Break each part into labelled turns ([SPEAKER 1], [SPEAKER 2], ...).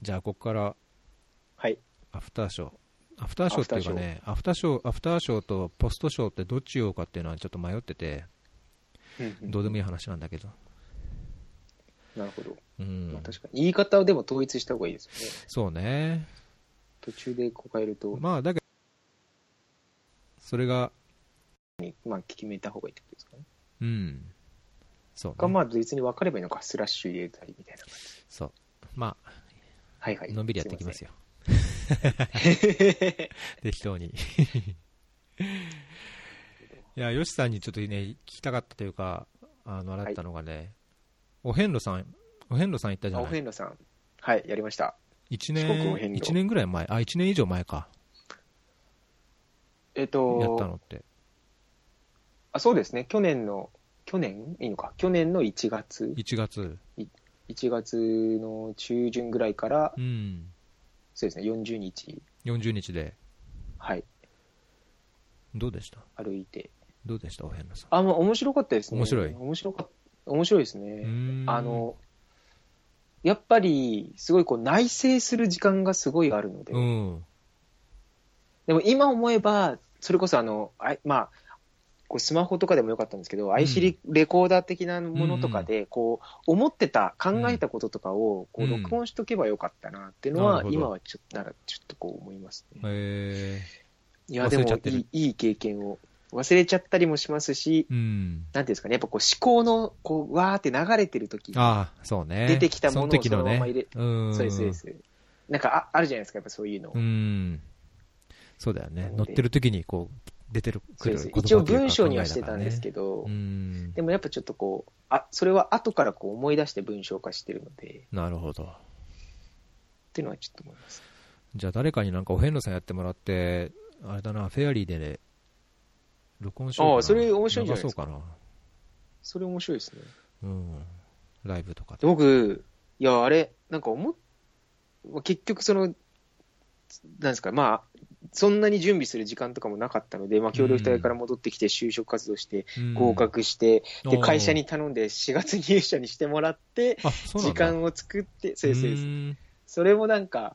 [SPEAKER 1] じゃあ、ここから
[SPEAKER 2] はい。
[SPEAKER 1] アフターショー。アフターショーっていうかね、アフターショー、アフターショーとポストショーってどっち言おうかっていうのはちょっと迷ってて、
[SPEAKER 2] うんうん
[SPEAKER 1] どうでもいい話なんだけど。
[SPEAKER 2] なるほど。
[SPEAKER 1] う
[SPEAKER 2] まあ
[SPEAKER 1] ん。
[SPEAKER 2] 確かに。言い方をでも統一した方がいいですよね。
[SPEAKER 1] そうね。
[SPEAKER 2] 途中でこう変えると、ま
[SPEAKER 1] まあ、だけど、それが、
[SPEAKER 2] あ、決めた方がいいってことですかね。
[SPEAKER 1] うん。そう、
[SPEAKER 2] が、
[SPEAKER 1] ね。
[SPEAKER 2] まあ、別に分かればいいのか、スラッシュ入れたりみたいな。
[SPEAKER 1] そう。まあ、
[SPEAKER 2] はいはい。
[SPEAKER 1] のんびりやっていきますよ。 適当に。 いや、ヨシさんにちょっとね、聞きたかったというか、あの、洗ったのがね、お遍路さん、お遍路さん行った
[SPEAKER 2] すいません。
[SPEAKER 1] じゃ
[SPEAKER 2] あお
[SPEAKER 1] ない
[SPEAKER 2] 遍路さん。はい、やりました。
[SPEAKER 1] 一
[SPEAKER 2] 四国お
[SPEAKER 1] 年、
[SPEAKER 2] 遍路
[SPEAKER 1] 一年ぐらい前、あ、一年以上前か、
[SPEAKER 2] えっ
[SPEAKER 1] やった
[SPEAKER 2] と、
[SPEAKER 1] のって。
[SPEAKER 2] あそうですね、去年の、去年いいのか、去年の1月、
[SPEAKER 1] 1月。
[SPEAKER 2] 1月の中旬ぐらいから
[SPEAKER 1] う、ん。
[SPEAKER 2] そうですね、40日、
[SPEAKER 1] 40日で。
[SPEAKER 2] はい、
[SPEAKER 1] どうでした
[SPEAKER 2] 歩いて。
[SPEAKER 1] どうでしたお遍路さん。
[SPEAKER 2] あ、まあ、面白かったですね。
[SPEAKER 1] 面白い
[SPEAKER 2] 面白か面白いです
[SPEAKER 1] う
[SPEAKER 2] ね。
[SPEAKER 1] ーん
[SPEAKER 2] あ、の、やっぱり、すごいこう内省する時間がすごいあるので、
[SPEAKER 1] うん。
[SPEAKER 2] でも今思えば、それこそあの、あいまあ、こうスマホとかでもよかったんですけど、IC レコーダー的なものとかで、こう、思ってた、考えたこととかを、こ
[SPEAKER 1] う
[SPEAKER 2] うん録音しとけばよかったなっていうの
[SPEAKER 1] な
[SPEAKER 2] は
[SPEAKER 1] る、ほど
[SPEAKER 2] 今はちょっと、なら、ちょっとこう思いますね。
[SPEAKER 1] え
[SPEAKER 2] いや、で
[SPEAKER 1] 忘れ
[SPEAKER 2] も
[SPEAKER 1] ちゃっ
[SPEAKER 2] い
[SPEAKER 1] てる
[SPEAKER 2] い、いい経験を。忘れちゃったりもしますし、
[SPEAKER 1] ー、うん。
[SPEAKER 2] なんていうんですかね、やっぱこう思考の、こう、わーって流れてる時
[SPEAKER 1] ああ、そうね。
[SPEAKER 2] 出てきたものを
[SPEAKER 1] そ時
[SPEAKER 2] そのまま入れ
[SPEAKER 1] うん。
[SPEAKER 2] そうです、そうで。す。なんかあ、あるじゃないですか、やっぱそういうの。
[SPEAKER 1] うん。そうだよね
[SPEAKER 2] なの。で
[SPEAKER 1] 乗ってる時に、こう、出てる、
[SPEAKER 2] そうです
[SPEAKER 1] 言葉
[SPEAKER 2] 一応
[SPEAKER 1] というか
[SPEAKER 2] 文章には
[SPEAKER 1] 考
[SPEAKER 2] し
[SPEAKER 1] え
[SPEAKER 2] て
[SPEAKER 1] だか
[SPEAKER 2] た
[SPEAKER 1] ら
[SPEAKER 2] ん
[SPEAKER 1] ね
[SPEAKER 2] ですけど、
[SPEAKER 1] うん
[SPEAKER 2] で。もやっぱちょっとこう、あ、それは後からこう思い出して文章化してるので、
[SPEAKER 1] なるほど。
[SPEAKER 2] っていうのはちょっと思います。
[SPEAKER 1] じゃあ誰かになんかお遍路さんやってもらって、あれだな、フェアリーでね、録音しようかな。
[SPEAKER 2] ああそれ面白いんじゃな
[SPEAKER 1] 流
[SPEAKER 2] いで
[SPEAKER 1] そ
[SPEAKER 2] す
[SPEAKER 1] うか
[SPEAKER 2] か
[SPEAKER 1] な。
[SPEAKER 2] それ面白いですね。
[SPEAKER 1] うん。ライブとかで
[SPEAKER 2] で。僕、いや、あれ、なんか思っ、結局その、なんですか、まあ、そんなに準備する時間とかもなかったので、まあ、協力隊から戻ってきて就職活動して、
[SPEAKER 1] うん
[SPEAKER 2] 合格して、
[SPEAKER 1] お
[SPEAKER 2] で、
[SPEAKER 1] ー
[SPEAKER 2] 会社に頼んで4月入社にしてもらって、
[SPEAKER 1] あ、そうな
[SPEAKER 2] 時
[SPEAKER 1] んだ
[SPEAKER 2] 間を作って、そうです、そうです。
[SPEAKER 1] ん
[SPEAKER 2] それもなんか、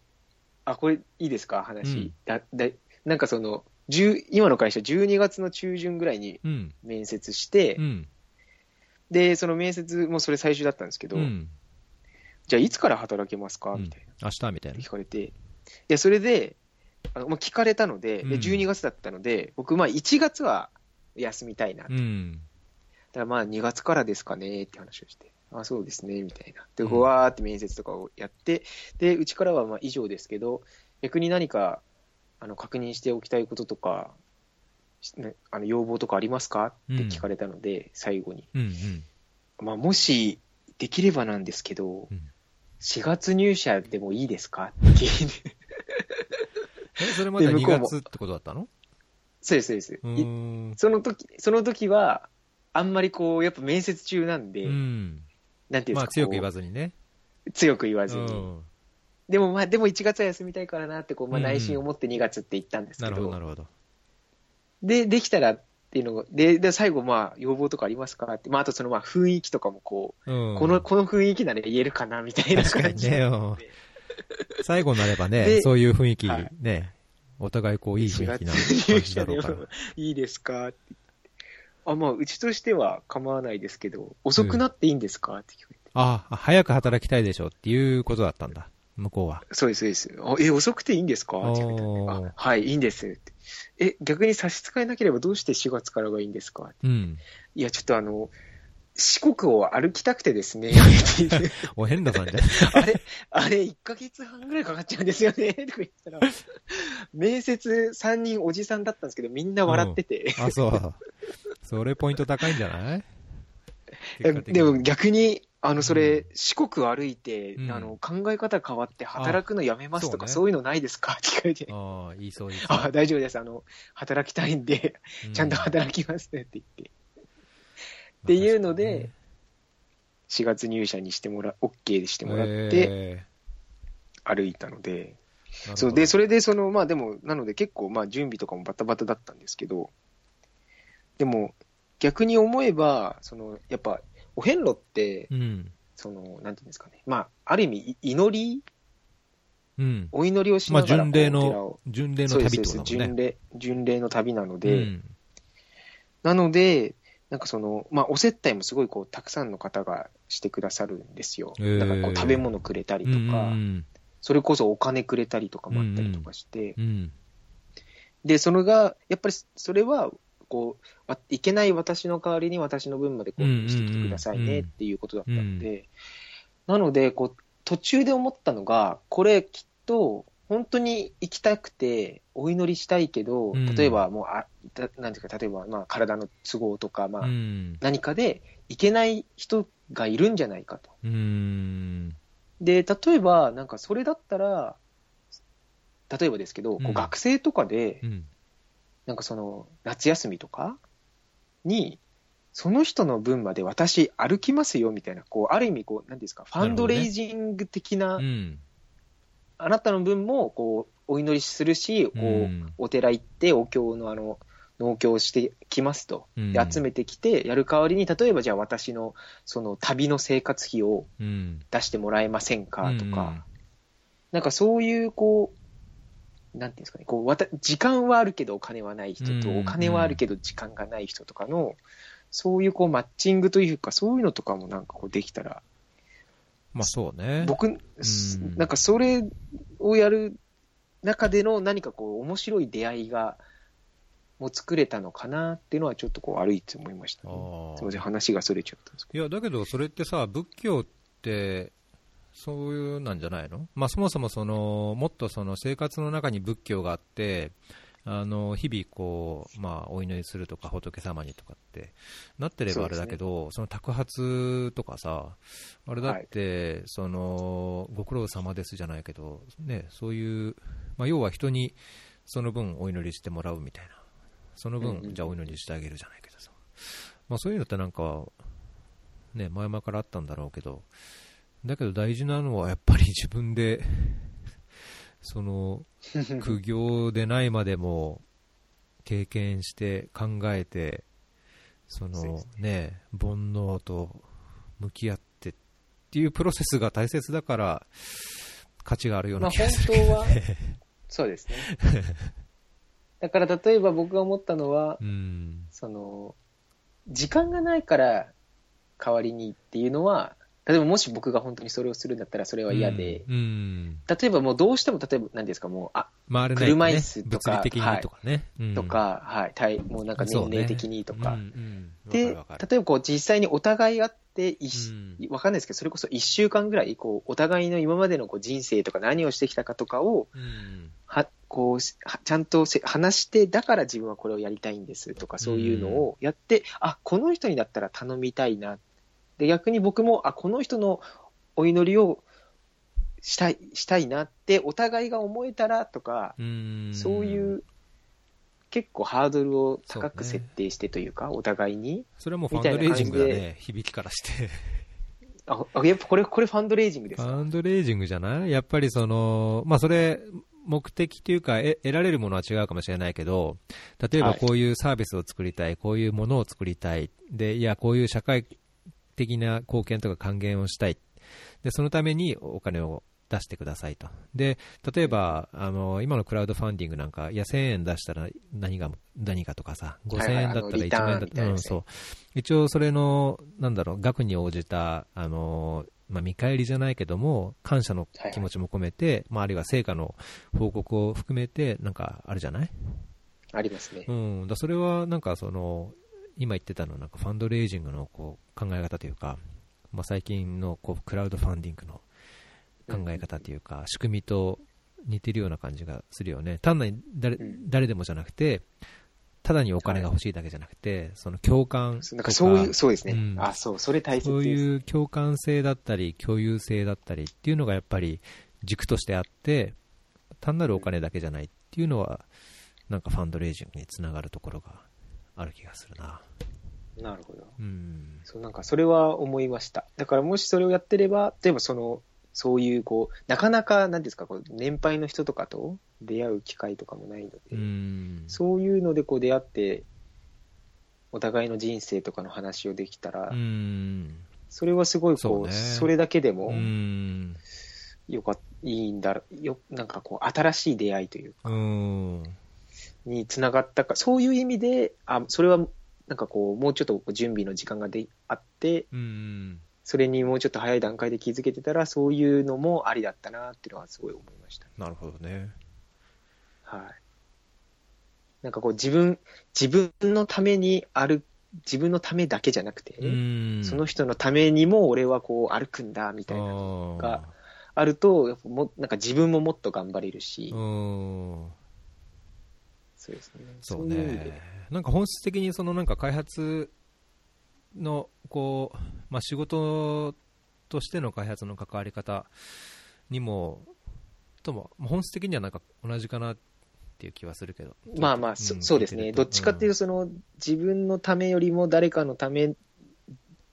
[SPEAKER 2] あ、これいいですか、話。
[SPEAKER 1] うん
[SPEAKER 2] だだなんかその、10今の会社、12月の中旬ぐらいに
[SPEAKER 1] うん。
[SPEAKER 2] 面接して、
[SPEAKER 1] うん。
[SPEAKER 2] で、その面接もそれ最終だったんですけど、
[SPEAKER 1] うん。
[SPEAKER 2] じゃあいつから働けますかみたい
[SPEAKER 1] 明日みたい
[SPEAKER 2] な、
[SPEAKER 1] な。
[SPEAKER 2] 聞かれて、いや、それで、あのまあ、聞かれたので、
[SPEAKER 1] うん
[SPEAKER 2] で12月だったので、僕、まあ1月は休みたいな、
[SPEAKER 1] う
[SPEAKER 2] だ
[SPEAKER 1] ん。
[SPEAKER 2] からまあ2月からですかねって話をして、あ、そうですね、みたいな。で、
[SPEAKER 1] うん
[SPEAKER 2] ふわーって面接とかをやって、で、うちからはまあ以上ですけど、逆に何かあの確認しておきたいこととか、しねあの要望とかありますかって聞かれたので、最後に。
[SPEAKER 1] うんうん。
[SPEAKER 2] まあ、もし、できればなんですけど、
[SPEAKER 1] うん
[SPEAKER 2] 4月入社でもいいですかって聞いて、
[SPEAKER 1] え、それまで
[SPEAKER 2] で
[SPEAKER 1] 2
[SPEAKER 2] 向こうも
[SPEAKER 1] 月ってことだったの
[SPEAKER 2] そうです、そうです。
[SPEAKER 1] う
[SPEAKER 2] い
[SPEAKER 1] ーん。
[SPEAKER 2] その時、その時は、あんまりこう、やっぱ面接中なんで、
[SPEAKER 1] うん。
[SPEAKER 2] なんていうんですか、
[SPEAKER 1] まあ強く言わ
[SPEAKER 2] ず
[SPEAKER 1] ずにね。
[SPEAKER 2] 強く言わず
[SPEAKER 1] う
[SPEAKER 2] に。
[SPEAKER 1] ん。
[SPEAKER 2] でもまあ、でも1月は休みたいからなって、こう、まあ
[SPEAKER 1] うんうん
[SPEAKER 2] 内心思って2月って言ったんですけ
[SPEAKER 1] なる
[SPEAKER 2] ど、
[SPEAKER 1] ほど、なるほど。
[SPEAKER 2] で、できたらっていうのをで、で、最後まあ、要望とかありますかって、まあ、あとそのまあ、雰囲気とかもこう、
[SPEAKER 1] うん。
[SPEAKER 2] この、この雰囲気なら言えるかなみたいな
[SPEAKER 1] 確か
[SPEAKER 2] 感
[SPEAKER 1] に
[SPEAKER 2] じ。
[SPEAKER 1] ね、うん最後になればね、
[SPEAKER 2] で
[SPEAKER 1] そういう雰囲気、
[SPEAKER 2] はい
[SPEAKER 1] ね、お互いこう、いい雰
[SPEAKER 2] 4
[SPEAKER 1] 囲
[SPEAKER 2] 月
[SPEAKER 1] 気な
[SPEAKER 2] 入
[SPEAKER 1] 感じだ
[SPEAKER 2] 社
[SPEAKER 1] ろ
[SPEAKER 2] で
[SPEAKER 1] うか
[SPEAKER 2] も
[SPEAKER 1] ら。
[SPEAKER 2] いいですかってあ、まあ、うちとしては構わないですけど、遅くなっていいんですかって聞かれて。
[SPEAKER 1] ああ、早く働きたいでしょっていうことだったんだ、向こうは。
[SPEAKER 2] そうです、そうです。あえ、遅くていいんですかって聞かれて
[SPEAKER 1] おー
[SPEAKER 2] あ、はい、いいんですって。え、逆に差し支えなければどうして4月からがいいんですかって
[SPEAKER 1] うん。
[SPEAKER 2] いや、ちょっとあの、四国を歩きたくてです ね。って言って
[SPEAKER 1] お変ださんじゃん。
[SPEAKER 2] あれ、あれ、1ヶ月半ぐらいかかっちゃうんですよね。 とか言ったら、面接3人おじさんだったんですけど、みんな笑ってて。
[SPEAKER 1] あ、そう。それポイント高いんじゃない
[SPEAKER 2] え
[SPEAKER 1] 結果的に
[SPEAKER 2] でも逆に、あの、それ、
[SPEAKER 1] うん
[SPEAKER 2] 四国歩いて、
[SPEAKER 1] うん
[SPEAKER 2] あの、考え方変わって働くのやめますとか、
[SPEAKER 1] あそ
[SPEAKER 2] そうういうのないですかって聞かれて、
[SPEAKER 1] ああ、言いそうです。
[SPEAKER 2] あ大丈夫です。あの、働きたいんで、
[SPEAKER 1] う
[SPEAKER 2] ちゃんと働きますねって言って、ていうので、4月入社にしてもら、OK でしてもらって
[SPEAKER 1] て、
[SPEAKER 2] 歩いたので、
[SPEAKER 1] なるほど
[SPEAKER 2] そうで、それで、その、まあでも、なので結構、まあ準備とかもバタバタだったんですけど、でも、逆に思えば、その、やっぱ、お遍路って、
[SPEAKER 1] うん。
[SPEAKER 2] その、なんていうんですかね。まあ、ある意味、い祈り
[SPEAKER 1] うん。
[SPEAKER 2] お祈りをし
[SPEAKER 1] ま
[SPEAKER 2] な
[SPEAKER 1] あ、
[SPEAKER 2] がらこう
[SPEAKER 1] 巡礼
[SPEAKER 2] お寺を
[SPEAKER 1] の、巡礼の
[SPEAKER 2] そう
[SPEAKER 1] 旅
[SPEAKER 2] で
[SPEAKER 1] っ
[SPEAKER 2] す
[SPEAKER 1] て
[SPEAKER 2] そう
[SPEAKER 1] こ
[SPEAKER 2] で
[SPEAKER 1] と
[SPEAKER 2] す
[SPEAKER 1] だもんね。
[SPEAKER 2] 巡礼巡礼の旅なの
[SPEAKER 1] う
[SPEAKER 2] で、
[SPEAKER 1] ん
[SPEAKER 2] なので、なんかその、まあ、お接待もすごいこうたくさんの方がしてくださるんですよ。
[SPEAKER 1] へー
[SPEAKER 2] だからこう食べ物くれたりと
[SPEAKER 1] うん
[SPEAKER 2] か、
[SPEAKER 1] うん
[SPEAKER 2] それこそお金くれたりとかもあったりとかして、
[SPEAKER 1] うん
[SPEAKER 2] で、それが、やっぱりそれは、こうあ、いけない私の代わりに私の分までこう
[SPEAKER 1] うんうんうん
[SPEAKER 2] してきてくださいねっていうことだったので、なので、こう、途中で思ったのが、これきっと、本当に行きたくて、お祈りしたいけど、
[SPEAKER 1] うん
[SPEAKER 2] 例えばもう、あ、たなんていうか、例えば、まあ、体の都合とか、ま
[SPEAKER 1] う
[SPEAKER 2] あ、
[SPEAKER 1] ん
[SPEAKER 2] 何かで行けない人がいるんじゃないかと。
[SPEAKER 1] うん
[SPEAKER 2] で、例えば、なんかそれだったら、例えばですけど、こ
[SPEAKER 1] う
[SPEAKER 2] うん学生とかで、
[SPEAKER 1] うん
[SPEAKER 2] なんかその夏休みとかに、その人の分まで私歩きますよみたいな、こう、ある意味こう、なんていうんですか、ファンドレイジング的な、
[SPEAKER 1] うん
[SPEAKER 2] あなたの分も、こう、お祈りするし、こう、
[SPEAKER 1] うん
[SPEAKER 2] お寺行って、お経のあの、農協してきますと。
[SPEAKER 1] うん
[SPEAKER 2] で集めてきてやる代わりに例えばじゃあ私のその旅の生活費を
[SPEAKER 1] うん
[SPEAKER 2] 出してもらえませんか
[SPEAKER 1] う
[SPEAKER 2] とか、
[SPEAKER 1] ん
[SPEAKER 2] なんかそういうこうなんていうんですかねこうわた時間はあるけどお金はない人と、
[SPEAKER 1] うん
[SPEAKER 2] お金はあるけど時間がない人とかのそういうこうマッチングというかそういうのとかもなんかこうできたら
[SPEAKER 1] まあそうね。
[SPEAKER 2] 僕、
[SPEAKER 1] ん
[SPEAKER 2] なんかそれをやる中での何かこう面白い出会いがもう作れたのかなっていうのはちょっとこう歩いて思いました、
[SPEAKER 1] あ
[SPEAKER 2] ね。
[SPEAKER 1] ー
[SPEAKER 2] すみません、話がそれちゃったんですけ
[SPEAKER 1] いや、だけどそれってさ、仏教って、そういうなんじゃないの、まあ、そもそもそのもっとその生活の中に仏教があって、あの日々こう、まあ、お祈りするとか仏様にとかってなってればあれだけど、そ,、の托発とかさ、あれだって、そのご苦労様ですじゃないけど、ね、そういう、まあ、要は人にその分お祈りしてもらうみたいな、その
[SPEAKER 2] うんうんう
[SPEAKER 1] 分、
[SPEAKER 2] ん
[SPEAKER 1] じゃあお祈りしてあげるじゃないけどさ、まあ、そういうのってなんか、ね、前々からあったんだろうけど、だけど大事なのはやっぱり 自分でその
[SPEAKER 2] ど。
[SPEAKER 1] 苦行でないまでも経験して考えてそ
[SPEAKER 2] そうで
[SPEAKER 1] の
[SPEAKER 2] す
[SPEAKER 1] ね煩悩と向き合ってっていうプロセスが大切だから価値があるよう
[SPEAKER 2] まあ
[SPEAKER 1] な気
[SPEAKER 2] 本
[SPEAKER 1] がする
[SPEAKER 2] 当
[SPEAKER 1] けど、
[SPEAKER 2] は、そうですね。だから例えば僕が思ったのは、
[SPEAKER 1] うん
[SPEAKER 2] その、時間がないから代わりにっていうのは、例えばもし僕が本当にそれをするんだったらそれは嫌で、
[SPEAKER 1] うんうん
[SPEAKER 2] 例えばもうどうしても、例えば何ですか、もう、あ、
[SPEAKER 1] まああれない
[SPEAKER 2] 車
[SPEAKER 1] ね
[SPEAKER 2] 椅子とか
[SPEAKER 1] 物理的にとかね、うん
[SPEAKER 2] とか、はい、体もうなんか
[SPEAKER 1] そう
[SPEAKER 2] 年
[SPEAKER 1] ね
[SPEAKER 2] 齢的にとか。
[SPEAKER 1] うんうん
[SPEAKER 2] で、
[SPEAKER 1] わか
[SPEAKER 2] 例
[SPEAKER 1] るわかる
[SPEAKER 2] えばこう実際にお互い会って、いし
[SPEAKER 1] うん
[SPEAKER 2] わかんないですけど、それこそ1週間ぐらい、こう、お互いの今までのこう人生とか何をしてきたかとかを、
[SPEAKER 1] うん
[SPEAKER 2] はこうしはちゃんとせ話して、だから自分はこれをやりたいんですとか、そういうのをやって、あこの人にだったら頼みたいな、で逆に僕もあこの人のお祈りをしたいしたいなって、お互いが思えたらとか、
[SPEAKER 1] うん
[SPEAKER 2] そういう結構ハードルを高く
[SPEAKER 1] そうね
[SPEAKER 2] 設定してというか、お互いに
[SPEAKER 1] それはもうファンドレイジングだ
[SPEAKER 2] みたいな
[SPEAKER 1] ね、響きからして。
[SPEAKER 2] あ、あやっぱこれ、これファンドレイジングです
[SPEAKER 1] フ
[SPEAKER 2] か。
[SPEAKER 1] ァンドレイジングじゃないやっぱりその、まあそれ、目的というかえ、得られるものは違うかもしれないけど、例えば
[SPEAKER 2] はい
[SPEAKER 1] こういうサービスを作りたい、こういうものを作りたい、で、いや、こういう社会的な貢献とか還元をしたい。で、そのためにお金を出してくださいと。で、例えば、あの、今のクラウドファンディングなんか、いや、1000円出したら何が、何かとかさ、5000
[SPEAKER 2] はいはい
[SPEAKER 1] 円だったら1
[SPEAKER 2] リターン
[SPEAKER 1] 万円だっ
[SPEAKER 2] みた
[SPEAKER 1] たら、
[SPEAKER 2] いな
[SPEAKER 1] うん、
[SPEAKER 2] です
[SPEAKER 1] そ
[SPEAKER 2] ね
[SPEAKER 1] う。一応それの、なんだろう、額に応じた、あの、まあ、見返りじゃないけども、感謝の気持ちも込めて、まあ、あるいは成果の報告を含めて、なんかあるじゃない
[SPEAKER 2] ありますね
[SPEAKER 1] う。ん、だそれはなんかその今言ってたのなんかファンドレイジングのこう考え方というか、まあ、最近のこうクラウドファンディングの考え方というか、仕組みと似てるような感じがするよね単なる誰,、
[SPEAKER 2] うん
[SPEAKER 1] 誰でもじゃなくてただにお金が欲しいだけじゃなくて、その共感とか
[SPEAKER 2] なんかそういう、そうですね。
[SPEAKER 1] うん
[SPEAKER 2] あ、そう、それ大切です。
[SPEAKER 1] そういう共感性だったり共有性だったりっていうのがやっぱり軸としてあって単なるお金だけじゃないっていうのはなんかファンドレイジングにつながるところがある気がするな
[SPEAKER 2] なるほど。
[SPEAKER 1] うん
[SPEAKER 2] そうなんかそれは思いました。だからもしそれをやってれば、例えばその、そういうこう、なかなか、なんていうんですか、こう年配の人とかと出会う機会とかもないので、
[SPEAKER 1] うん
[SPEAKER 2] そういうのでこう出会って、お互いの人生とかの話をできたら、
[SPEAKER 1] うん
[SPEAKER 2] それはすごいこう、
[SPEAKER 1] そう
[SPEAKER 2] そ
[SPEAKER 1] ね
[SPEAKER 2] れだけでも
[SPEAKER 1] うん
[SPEAKER 2] よかっいいんだろよ、なんかこう、新しい出会いという、
[SPEAKER 1] うん。
[SPEAKER 2] につながったか、そういう意味で、あ、それは、なんかこう、もうちょっとこう準備の時間がであって、
[SPEAKER 1] うん。
[SPEAKER 2] それにもうちょっと早い段階で気づけてたら、そういうのもありだったなっていうのはすごい思いました。
[SPEAKER 1] なるほどね。
[SPEAKER 2] はい。なんかこう、自分、自分のために歩、自分のためだけじゃなくて、
[SPEAKER 1] うん。
[SPEAKER 2] その人のためにも俺はこう歩くんだみたいなの
[SPEAKER 1] 人
[SPEAKER 2] があると、やっぱもなんか自分ももっと頑張れるし、
[SPEAKER 1] うん。
[SPEAKER 2] そうですね。
[SPEAKER 1] そう
[SPEAKER 2] い意味で
[SPEAKER 1] ね。なんか本質的にそのなんか開発のこう、まあ、仕事としての開発の関わり方にもとも本質的にはなんか同じかなっていう気はするけど
[SPEAKER 2] まあまあ、そそうですね。どっちかっていう
[SPEAKER 1] と
[SPEAKER 2] と、その、自分のためよりも誰かのため、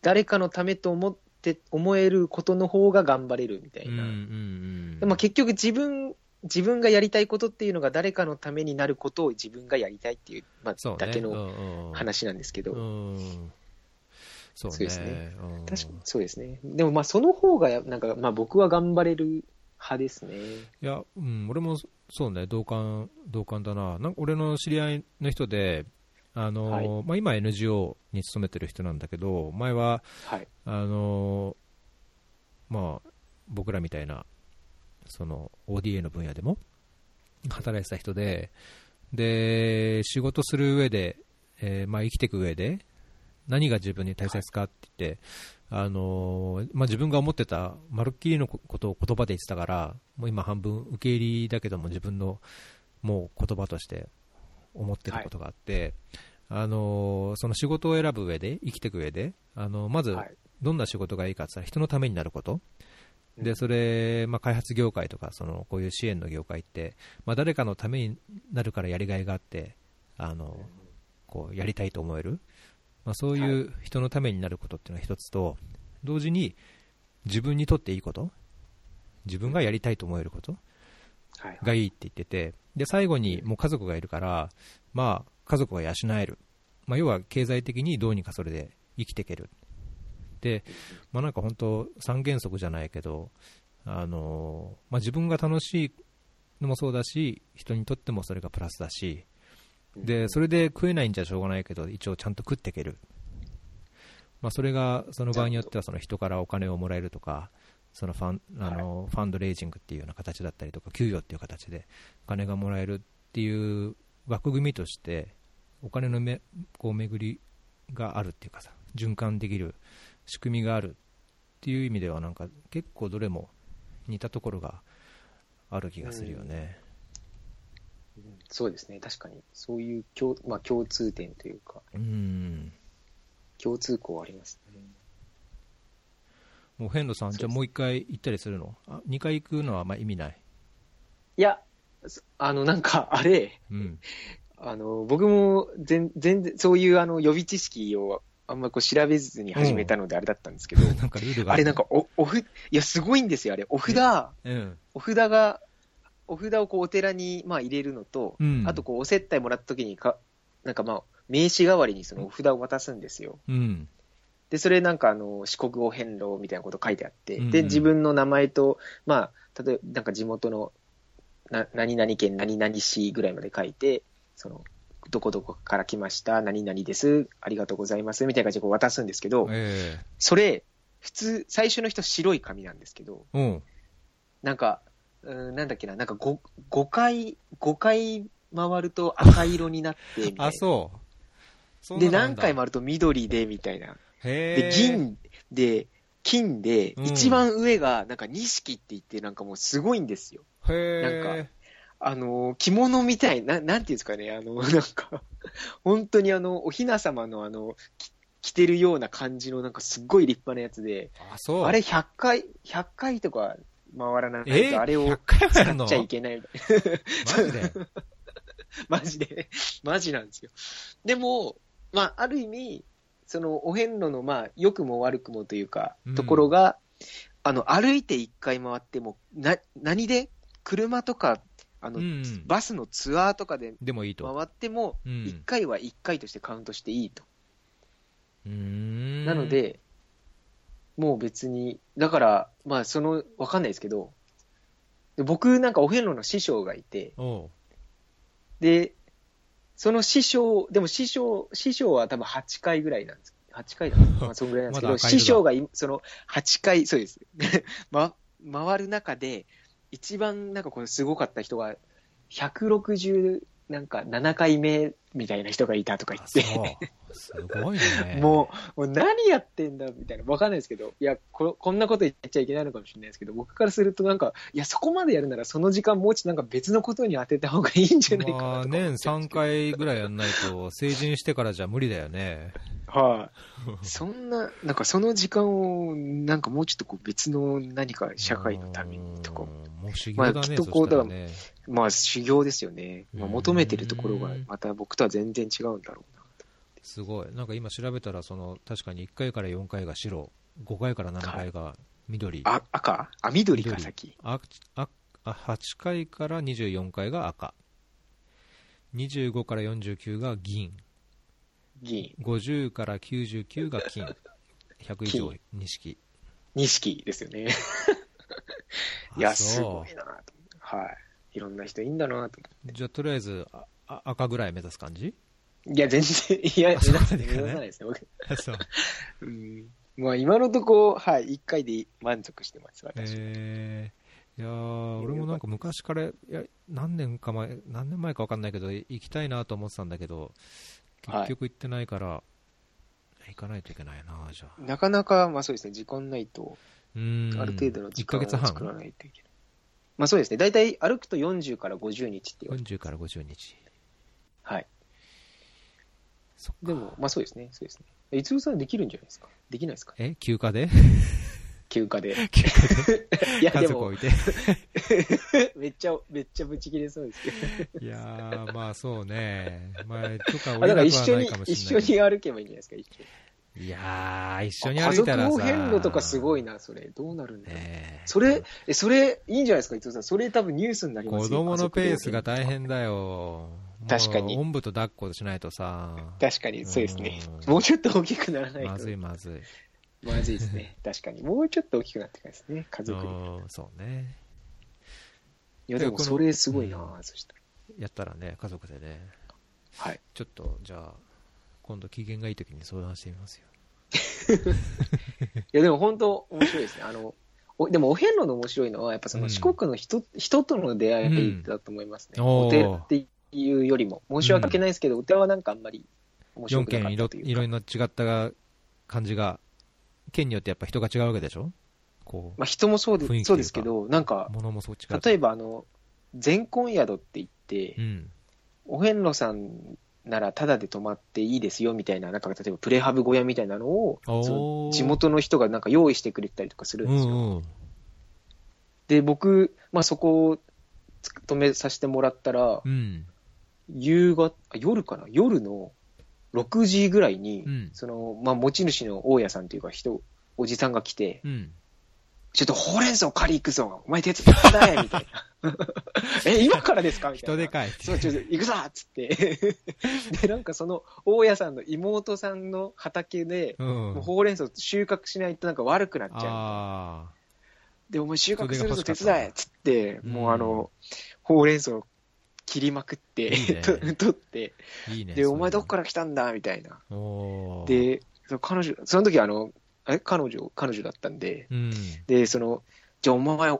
[SPEAKER 2] 誰かのためと思って、思えることの方が頑張れるみたい
[SPEAKER 1] うんうん
[SPEAKER 2] な。
[SPEAKER 1] うん
[SPEAKER 2] でまあ結局自分、自分がやりたいことっていうのが誰かのためになることを自分がやりたいっていう、ま
[SPEAKER 1] そう
[SPEAKER 2] あ、
[SPEAKER 1] ね
[SPEAKER 2] だけの
[SPEAKER 1] うんうん
[SPEAKER 2] 話なんですけど、
[SPEAKER 1] うんそうね
[SPEAKER 2] そうですね
[SPEAKER 1] うん
[SPEAKER 2] 確かそうですね。でもまあその方が、なんかまあ僕は頑張れる派ですね。
[SPEAKER 1] いや、うん、俺もそそうね、同感、同感だな。なんか俺の知り合いの人で、あのーまあ、今 NGO に勤めてる人なんだけど、前は、
[SPEAKER 2] はい。
[SPEAKER 1] あのーまあ、僕らみたいな、その、ODA の分野でも、働いてた人で、で、仕事する上で、えーまあ、生きていく上で、何が自分に大切かって言って、あのーまあ、自分が思ってた、まるっきりのことを言葉で言ってたから、もう今半分受け入りだけども、自分の、もう言葉として思ってることがあって、あのーその仕事を選ぶ上で、生きていく上で、あのーまず
[SPEAKER 2] はい
[SPEAKER 1] どんな仕事がいいかって言ったら人のためになること。で、それ、まあ、開発業界とか、その、こういう支援の業界って、まあ、誰かのためになるからやりがいがあって、あの、こう、やりたいと思える。まあ、そういう人のためになることっていうのが一つと、同時に、自分にとっていいこと、自分がやりたいと思えること
[SPEAKER 2] はい。
[SPEAKER 1] がいいって言ってて、で、最後にもう家族がいるから、まあ、家族が養える。まあ、要は経済的にどうにかそれで生きていける。で、まあなんか本当三原則じゃないけど、あのーまあ自分が楽しいのもそうだし、人にとってもそれがプラスだし、で、それで食えないんじゃしょうがないけど、一応ちゃんと食っていける。まあそれが、その場合によってはその人からお金をもらえるとか、そのファンあのファンドレイジングっていうような形だったりとか、給与っていう形でお金がもらえるっていう枠組みとして、お金のめこう巡りがあるっていうかさ、循環できる仕組みがあるっていう意味では、なんか結構どれも似たところがある気がするよね。
[SPEAKER 2] うんそうですね。確かに。そういう共、まあ共通点というか、
[SPEAKER 1] うん。
[SPEAKER 2] 共通項ありますね。
[SPEAKER 1] もうヘンドさん、じゃあもう一回行ったりするのあ ?2 回行くのはまあ意味ない。
[SPEAKER 2] いや、そあの、なんか、あれ、
[SPEAKER 1] うん。
[SPEAKER 2] あの、僕も全、全然、そういう、あの、予備知識を、あんまこう、調べずに始めたので、あれだったんですけど、
[SPEAKER 1] なんかルールが
[SPEAKER 2] あれなん、か、お、おふ、いや、すごいんですよ、あれ。お札、
[SPEAKER 1] うん。
[SPEAKER 2] お札が、お札をこう、お寺に、まあ、入れるのと、
[SPEAKER 1] うん
[SPEAKER 2] あと、こう、お接待もらった時にか、なんかまあ、名刺代わりにそのお札を渡すんですよ。
[SPEAKER 1] うん。
[SPEAKER 2] で、それなんかあの、四国語変老みたいなこと書いてあって、
[SPEAKER 1] うんう
[SPEAKER 2] で、
[SPEAKER 1] ん
[SPEAKER 2] 自分の名前と、まあ、例えばなんか地元の、な、何々県何々市ぐらいまで書いて、その、どこどこから来ました、何々です、ありがとうございます、みたいな感じでこう渡すんですけど、
[SPEAKER 1] え
[SPEAKER 2] それ、普通、最初の人白い紙なんですけど、
[SPEAKER 1] えうん。
[SPEAKER 2] なんか、うん、なんだっけな、なんか 5, 5回、5回回ると赤色になって、みたいな。
[SPEAKER 1] あ、そう。そ
[SPEAKER 2] で、何回
[SPEAKER 1] も。
[SPEAKER 2] 回ると緑で、みたいな。
[SPEAKER 1] へ
[SPEAKER 2] で、
[SPEAKER 1] え。
[SPEAKER 2] 銀で、金で、
[SPEAKER 1] うん
[SPEAKER 2] 一番上が、なんか、錦って言って、なんかもうすごいんですよ。
[SPEAKER 1] へえ。
[SPEAKER 2] なんあのー、着物みたいな、なんていうんですかね、あの、 なんか、本当にあの、お雛様のあの、き着てるような感じの、なんかすっごい立派なやつで、
[SPEAKER 1] あ、そう。
[SPEAKER 2] あれ100回、100回とか回らないと、
[SPEAKER 1] えー、
[SPEAKER 2] あれ
[SPEAKER 1] 100
[SPEAKER 2] を
[SPEAKER 1] 回もや
[SPEAKER 2] 使
[SPEAKER 1] んの
[SPEAKER 2] っちゃいけないみたいな
[SPEAKER 1] マジで。
[SPEAKER 2] マジで、マジなんですよ。でも、まあ、ある意味、そのお遍路の、まあ、良くも悪くもというか
[SPEAKER 1] うん、
[SPEAKER 2] ところが、あの、歩いて一回回っても、な、何で、車とか、あの、
[SPEAKER 1] うん
[SPEAKER 2] バスのツアーとかで
[SPEAKER 1] でもいい
[SPEAKER 2] 回
[SPEAKER 1] と。
[SPEAKER 2] っても、
[SPEAKER 1] う
[SPEAKER 2] 一
[SPEAKER 1] ん。
[SPEAKER 2] 回は一回としてカウントしていいと。
[SPEAKER 1] うーん
[SPEAKER 2] なの、で、もう別に、だから、まあ、その、わかんないですけど、で僕なんかお遍路の師匠がいて、
[SPEAKER 1] おう
[SPEAKER 2] で、その師匠、でも師匠、師匠は多分8回ぐらいなんです。8回だな、 まあ、そんぐらいなんですけ
[SPEAKER 1] まだ
[SPEAKER 2] ど、
[SPEAKER 1] 赤い色
[SPEAKER 2] 師
[SPEAKER 1] だ
[SPEAKER 2] 匠がいその8回、そうです。 ま、回る中で、一番なんかこのすごかった人が、160なんか7回目みたいな人がいたとか言
[SPEAKER 1] あ
[SPEAKER 2] っ
[SPEAKER 1] そ
[SPEAKER 2] て、
[SPEAKER 1] う。すごいね。
[SPEAKER 2] もう、もう何やってんだみたいな、わかんないですけど、いやこ、こんなこと言っちゃいけないのかもしれないですけど、僕からするとなんか、いや、そこまでやるならその時間もうちょっとなんか別のことに当てた方がいいんじゃないかなとか
[SPEAKER 1] ま
[SPEAKER 2] 思
[SPEAKER 1] あ、
[SPEAKER 2] っちゃう
[SPEAKER 1] 年
[SPEAKER 2] んですけど
[SPEAKER 1] 3回ぐらいやんないと、成人してからじゃ無理だよね。
[SPEAKER 2] はい、 そんな、なんかその時間を、なんかもうちょっとこう別の何か社会のためにとか
[SPEAKER 1] う、ん。もう修行だね、
[SPEAKER 2] まあきっ
[SPEAKER 1] そ
[SPEAKER 2] とこう
[SPEAKER 1] したらね。
[SPEAKER 2] まあ修行ですよね。まあ、
[SPEAKER 1] うん
[SPEAKER 2] 求めてるところが、また僕とは全然違うんだろうな。
[SPEAKER 1] すごい。なんか今調べたら、その、確かに1回から4回が白、5回から7回が緑。
[SPEAKER 2] あ、赤あ、緑か、
[SPEAKER 1] 緑
[SPEAKER 2] さっき。
[SPEAKER 1] あああ8回から24回が赤25から49が銀
[SPEAKER 2] 銀。
[SPEAKER 1] 50から99が金100以上錦
[SPEAKER 2] 錦ですよね。いや、
[SPEAKER 1] あそう
[SPEAKER 2] すごいなと思ってはい。いろんな人いいんだなと思
[SPEAKER 1] じゃあとりあえずああ赤ぐらい目指す感じ
[SPEAKER 2] って。いや、全然、いや、目
[SPEAKER 1] あそう
[SPEAKER 2] 指
[SPEAKER 1] なん
[SPEAKER 2] さ
[SPEAKER 1] だ
[SPEAKER 2] な
[SPEAKER 1] ね
[SPEAKER 2] い目指さないですね、僕。
[SPEAKER 1] そう
[SPEAKER 2] うん。まあ今のとこ、はい、一回で満足してます、私。
[SPEAKER 1] えーいやー俺もなんか昔からいや何年か前何年前か分かんないけどい行きたいなと思ってたんだけど
[SPEAKER 2] はい
[SPEAKER 1] 結局行ってないから、行かないといけないなじゃあ
[SPEAKER 2] なかなか、まあそうですね、時間ないと。
[SPEAKER 1] うん
[SPEAKER 2] ある程度の時間を
[SPEAKER 1] 1ヶ月
[SPEAKER 2] 作
[SPEAKER 1] 半
[SPEAKER 2] らないといけない。まあそうですね。大体歩くと40から50日って言われて。
[SPEAKER 1] 40から50日。
[SPEAKER 2] はい。
[SPEAKER 1] そっか
[SPEAKER 2] でも、まあそうですね。そうですね。いつぶさんできるんじゃないですかできないですか
[SPEAKER 1] え休暇で
[SPEAKER 2] 休暇で。
[SPEAKER 1] 休暇
[SPEAKER 2] いや、
[SPEAKER 1] 家
[SPEAKER 2] で
[SPEAKER 1] 族
[SPEAKER 2] も
[SPEAKER 1] 置い、て。
[SPEAKER 2] めっちゃ、めっちゃブチ切れそうです けど。
[SPEAKER 1] いやー、まあそうね。まあ、とか
[SPEAKER 2] あ、
[SPEAKER 1] 俺
[SPEAKER 2] だからら
[SPEAKER 1] く
[SPEAKER 2] 一
[SPEAKER 1] は
[SPEAKER 2] 緒
[SPEAKER 1] な
[SPEAKER 2] に
[SPEAKER 1] いかも、し
[SPEAKER 2] 一
[SPEAKER 1] れな
[SPEAKER 2] 緒
[SPEAKER 1] いけ
[SPEAKER 2] に歩けばいいんじゃないですか一緒に
[SPEAKER 1] ど。いやー、一緒に歩いたら
[SPEAKER 2] 家
[SPEAKER 1] さ。
[SPEAKER 2] 族遍路とかすごいな、それ。どうなるんだろう。
[SPEAKER 1] ねえ
[SPEAKER 2] それ、え、それ、いいんじゃないですか伊藤さん。それ多分ニュースになります
[SPEAKER 1] 子
[SPEAKER 2] よ
[SPEAKER 1] 供のペースが大。
[SPEAKER 2] 家族
[SPEAKER 1] 変だよ。
[SPEAKER 2] 確かに
[SPEAKER 1] もうおんぶと抱っこしないとさ。
[SPEAKER 2] で確かに、そうですね
[SPEAKER 1] うん。
[SPEAKER 2] もうちょっと大きくならないと。
[SPEAKER 1] まずいまずい。
[SPEAKER 2] まずいで すね。確かに。もうちょっと大きくなってからですね、家族に。
[SPEAKER 1] うんそうね。
[SPEAKER 2] いや、でもそれすごいなぁ、そしたら。
[SPEAKER 1] やったらね、家族でね。
[SPEAKER 2] はい。
[SPEAKER 1] ちょっと、じゃあ、今度機嫌がいい時に相談してみますよ。
[SPEAKER 2] いや、でも本当面白いですね。あの、おでもお遍路の面白いのは、やっぱその四国の人、人との出会いだと思いますね。
[SPEAKER 1] うん
[SPEAKER 2] お寺っていうよりも。申し訳ないですけど、お寺はなんかあんまり面白
[SPEAKER 1] 4
[SPEAKER 2] くな
[SPEAKER 1] 件
[SPEAKER 2] かった
[SPEAKER 1] 色
[SPEAKER 2] というか。
[SPEAKER 1] 色の違った感じが、県によってやっぱ人が違うわけでしょこう、
[SPEAKER 2] まあ人もそうで
[SPEAKER 1] 雰囲気というか
[SPEAKER 2] そうですけど、なんか、
[SPEAKER 1] 物もそう違う。
[SPEAKER 2] 例えばあの、全婚宿って言って、
[SPEAKER 1] うん。
[SPEAKER 2] お遍路さんならタダで泊まっていいですよみたいな、なんか例えばプレハブ小屋みたいなのを、
[SPEAKER 1] おー
[SPEAKER 2] その地元の人がなんか用意してくれたりとかするん
[SPEAKER 1] う
[SPEAKER 2] ですよ。
[SPEAKER 1] んうん。
[SPEAKER 2] で、僕、まあ、そこをつ止めさせてもらったら
[SPEAKER 1] う、ん。
[SPEAKER 2] 夕方、あ夜かな夜の6時ぐらいに、
[SPEAKER 1] うん
[SPEAKER 2] その、まあ、持ち主の大家さんというか人、おじさんが来て、
[SPEAKER 1] うん。
[SPEAKER 2] ちょっとほうれん草借り行くぞお前手伝ってないみたい な。え、今からですかみた
[SPEAKER 1] 人
[SPEAKER 2] いな。
[SPEAKER 1] でかい。
[SPEAKER 2] そう、ちょっと行くぞっつって。 で、なんかその大家さんの妹さんの畑で、
[SPEAKER 1] うん
[SPEAKER 2] もう。ほうれん草収穫しないとなんか悪くなっちゃう。
[SPEAKER 1] あ
[SPEAKER 2] で、お前収穫するぞ、手
[SPEAKER 1] それが
[SPEAKER 2] 伝えっ
[SPEAKER 1] 欲
[SPEAKER 2] つって、
[SPEAKER 1] うん
[SPEAKER 2] もうあの、ほうれん草を切りまくって、
[SPEAKER 1] いいね
[SPEAKER 2] と取って、
[SPEAKER 1] あ。いいね。
[SPEAKER 2] で、お前どっ
[SPEAKER 1] か
[SPEAKER 2] から来たんだみたいな。
[SPEAKER 1] おー。、
[SPEAKER 2] で、その彼女、その時あの、あれ彼女、彼女だったんで、
[SPEAKER 1] うん。
[SPEAKER 2] で、その、じゃあお前、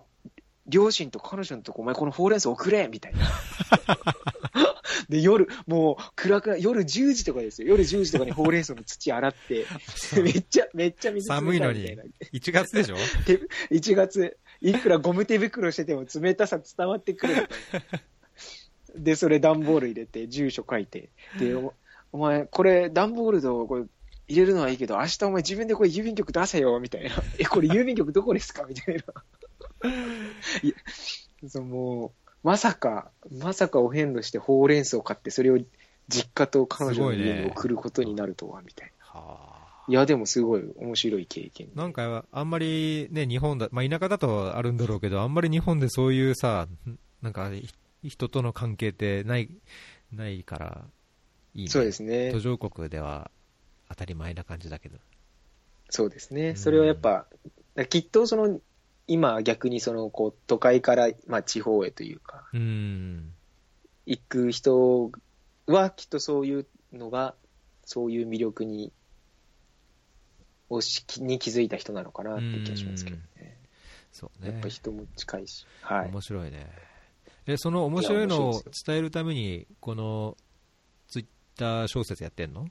[SPEAKER 2] 両親と彼女のとこ、お前このほうれん草送れみたいな。 で、夜、もう暗くな、夜10時とかですよ。夜10時とかにほうれん草の土 洗って、めっちゃ、めっちゃ水冷たい
[SPEAKER 1] 寒
[SPEAKER 2] みた
[SPEAKER 1] い
[SPEAKER 2] い
[SPEAKER 1] の
[SPEAKER 2] な。
[SPEAKER 1] 1月でしょ
[SPEAKER 2] 1月、いくらゴム手袋してても冷たさ伝わってくるみたいな。で、それ段ボール入れて、住所書いて。で、おお前、これ段ボールのこれ入れるのはいいけど、明日お前自分でこれ郵便局出せよ、みたいな。 え、これ郵便局どこですかみたいな。いや、そのもう、まさか、まさかお遍路してほうれん草を買って、それを実家と彼女の家に送ることになるとは、みたいな。
[SPEAKER 1] はあ。
[SPEAKER 2] いや、でもすごい面白い経験。
[SPEAKER 1] なんか、あんまりね、日本だ、まあ田舎だとあるんだろうけど、あんまり日本でそういうさ、なんか、ひ人との関係ってない、ないから、いいね。
[SPEAKER 2] そうですね。
[SPEAKER 1] 途上国では当たり前な感じだけど。
[SPEAKER 2] そうです
[SPEAKER 1] う
[SPEAKER 2] ね、
[SPEAKER 1] ん
[SPEAKER 2] それはやっぱ、だからきっとその今逆にそのこう都会から、まあ、地方へというか
[SPEAKER 1] うん。
[SPEAKER 2] 行く人はきっとそういうのがそういう魅力にをしに気づいた人なのかなって気がしますけどね。
[SPEAKER 1] そう
[SPEAKER 2] やっ
[SPEAKER 1] ね
[SPEAKER 2] ぱ。人も近いし、はい、
[SPEAKER 1] 面白いね。え、その面白いの
[SPEAKER 2] いや面白
[SPEAKER 1] を
[SPEAKER 2] いで
[SPEAKER 1] 伝えるために、このツイッター小説やってんの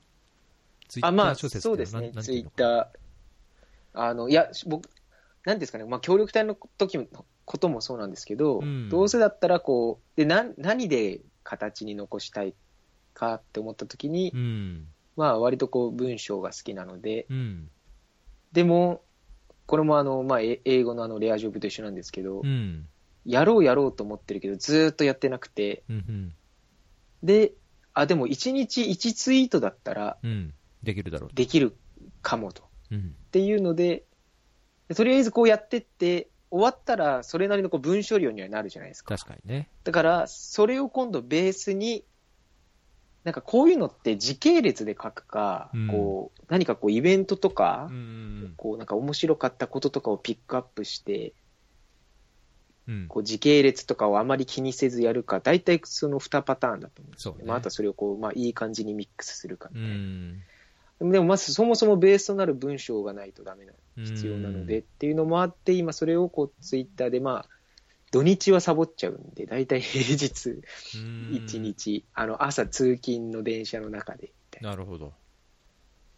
[SPEAKER 1] ツイ
[SPEAKER 2] あ
[SPEAKER 1] ッ
[SPEAKER 2] ま
[SPEAKER 1] タ
[SPEAKER 2] あ
[SPEAKER 1] ー小説
[SPEAKER 2] そう
[SPEAKER 1] って
[SPEAKER 2] で
[SPEAKER 1] いう
[SPEAKER 2] す
[SPEAKER 1] のは
[SPEAKER 2] ね、
[SPEAKER 1] なん
[SPEAKER 2] ツ
[SPEAKER 1] てい
[SPEAKER 2] イ
[SPEAKER 1] う
[SPEAKER 2] ッ
[SPEAKER 1] のかな
[SPEAKER 2] ター、あのいや、し僕、なんですかね、まあ、協力隊の時のこともそうなんですけど、
[SPEAKER 1] うん
[SPEAKER 2] どうせだったらこうでな、何で形に残したいかって思った時に、
[SPEAKER 1] うん。
[SPEAKER 2] まあ割とこう文章が好きなので、
[SPEAKER 1] うん。
[SPEAKER 2] でも、これもあの、まあ、え英語のあのレアジョブと一緒なんですけど、
[SPEAKER 1] うん。
[SPEAKER 2] やろうやろうと思ってるけど、ずーっとやってなくて、
[SPEAKER 1] うん。うん
[SPEAKER 2] で、あでも1日1ツイートだったら
[SPEAKER 1] うん。できるだろうと。
[SPEAKER 2] できるかもと。
[SPEAKER 1] うん。
[SPEAKER 2] っていうので、とりあえずこうやってって、終わったらそれなりのこう文章量にはなるじゃないですか。
[SPEAKER 1] 確かにね。
[SPEAKER 2] だから、それを今度ベースに、なんかこういうのって時系列で書くか、
[SPEAKER 1] うん
[SPEAKER 2] こう何かこうイベントとか、
[SPEAKER 1] うん。
[SPEAKER 2] こうなんか面白かったこととかをピックアップして、
[SPEAKER 1] うん。
[SPEAKER 2] こう時系列とかをあまり気にせずやるか、大体その2パターンだと思うんですよ
[SPEAKER 1] そう
[SPEAKER 2] ね。
[SPEAKER 1] ね
[SPEAKER 2] まあ、あとはそれをこう、まあ、いい感じにミックスするか
[SPEAKER 1] う
[SPEAKER 2] みたいな。
[SPEAKER 1] ん。
[SPEAKER 2] でもまずそもそもベースとなる文章がないとダメな必要なのでっていうのもあって、今それをこうツイッターでまあ、土日はサボっちゃうんで、大体平日
[SPEAKER 1] うん、
[SPEAKER 2] 1日、あの朝通勤の電車の中でみたいな、
[SPEAKER 1] なるほど。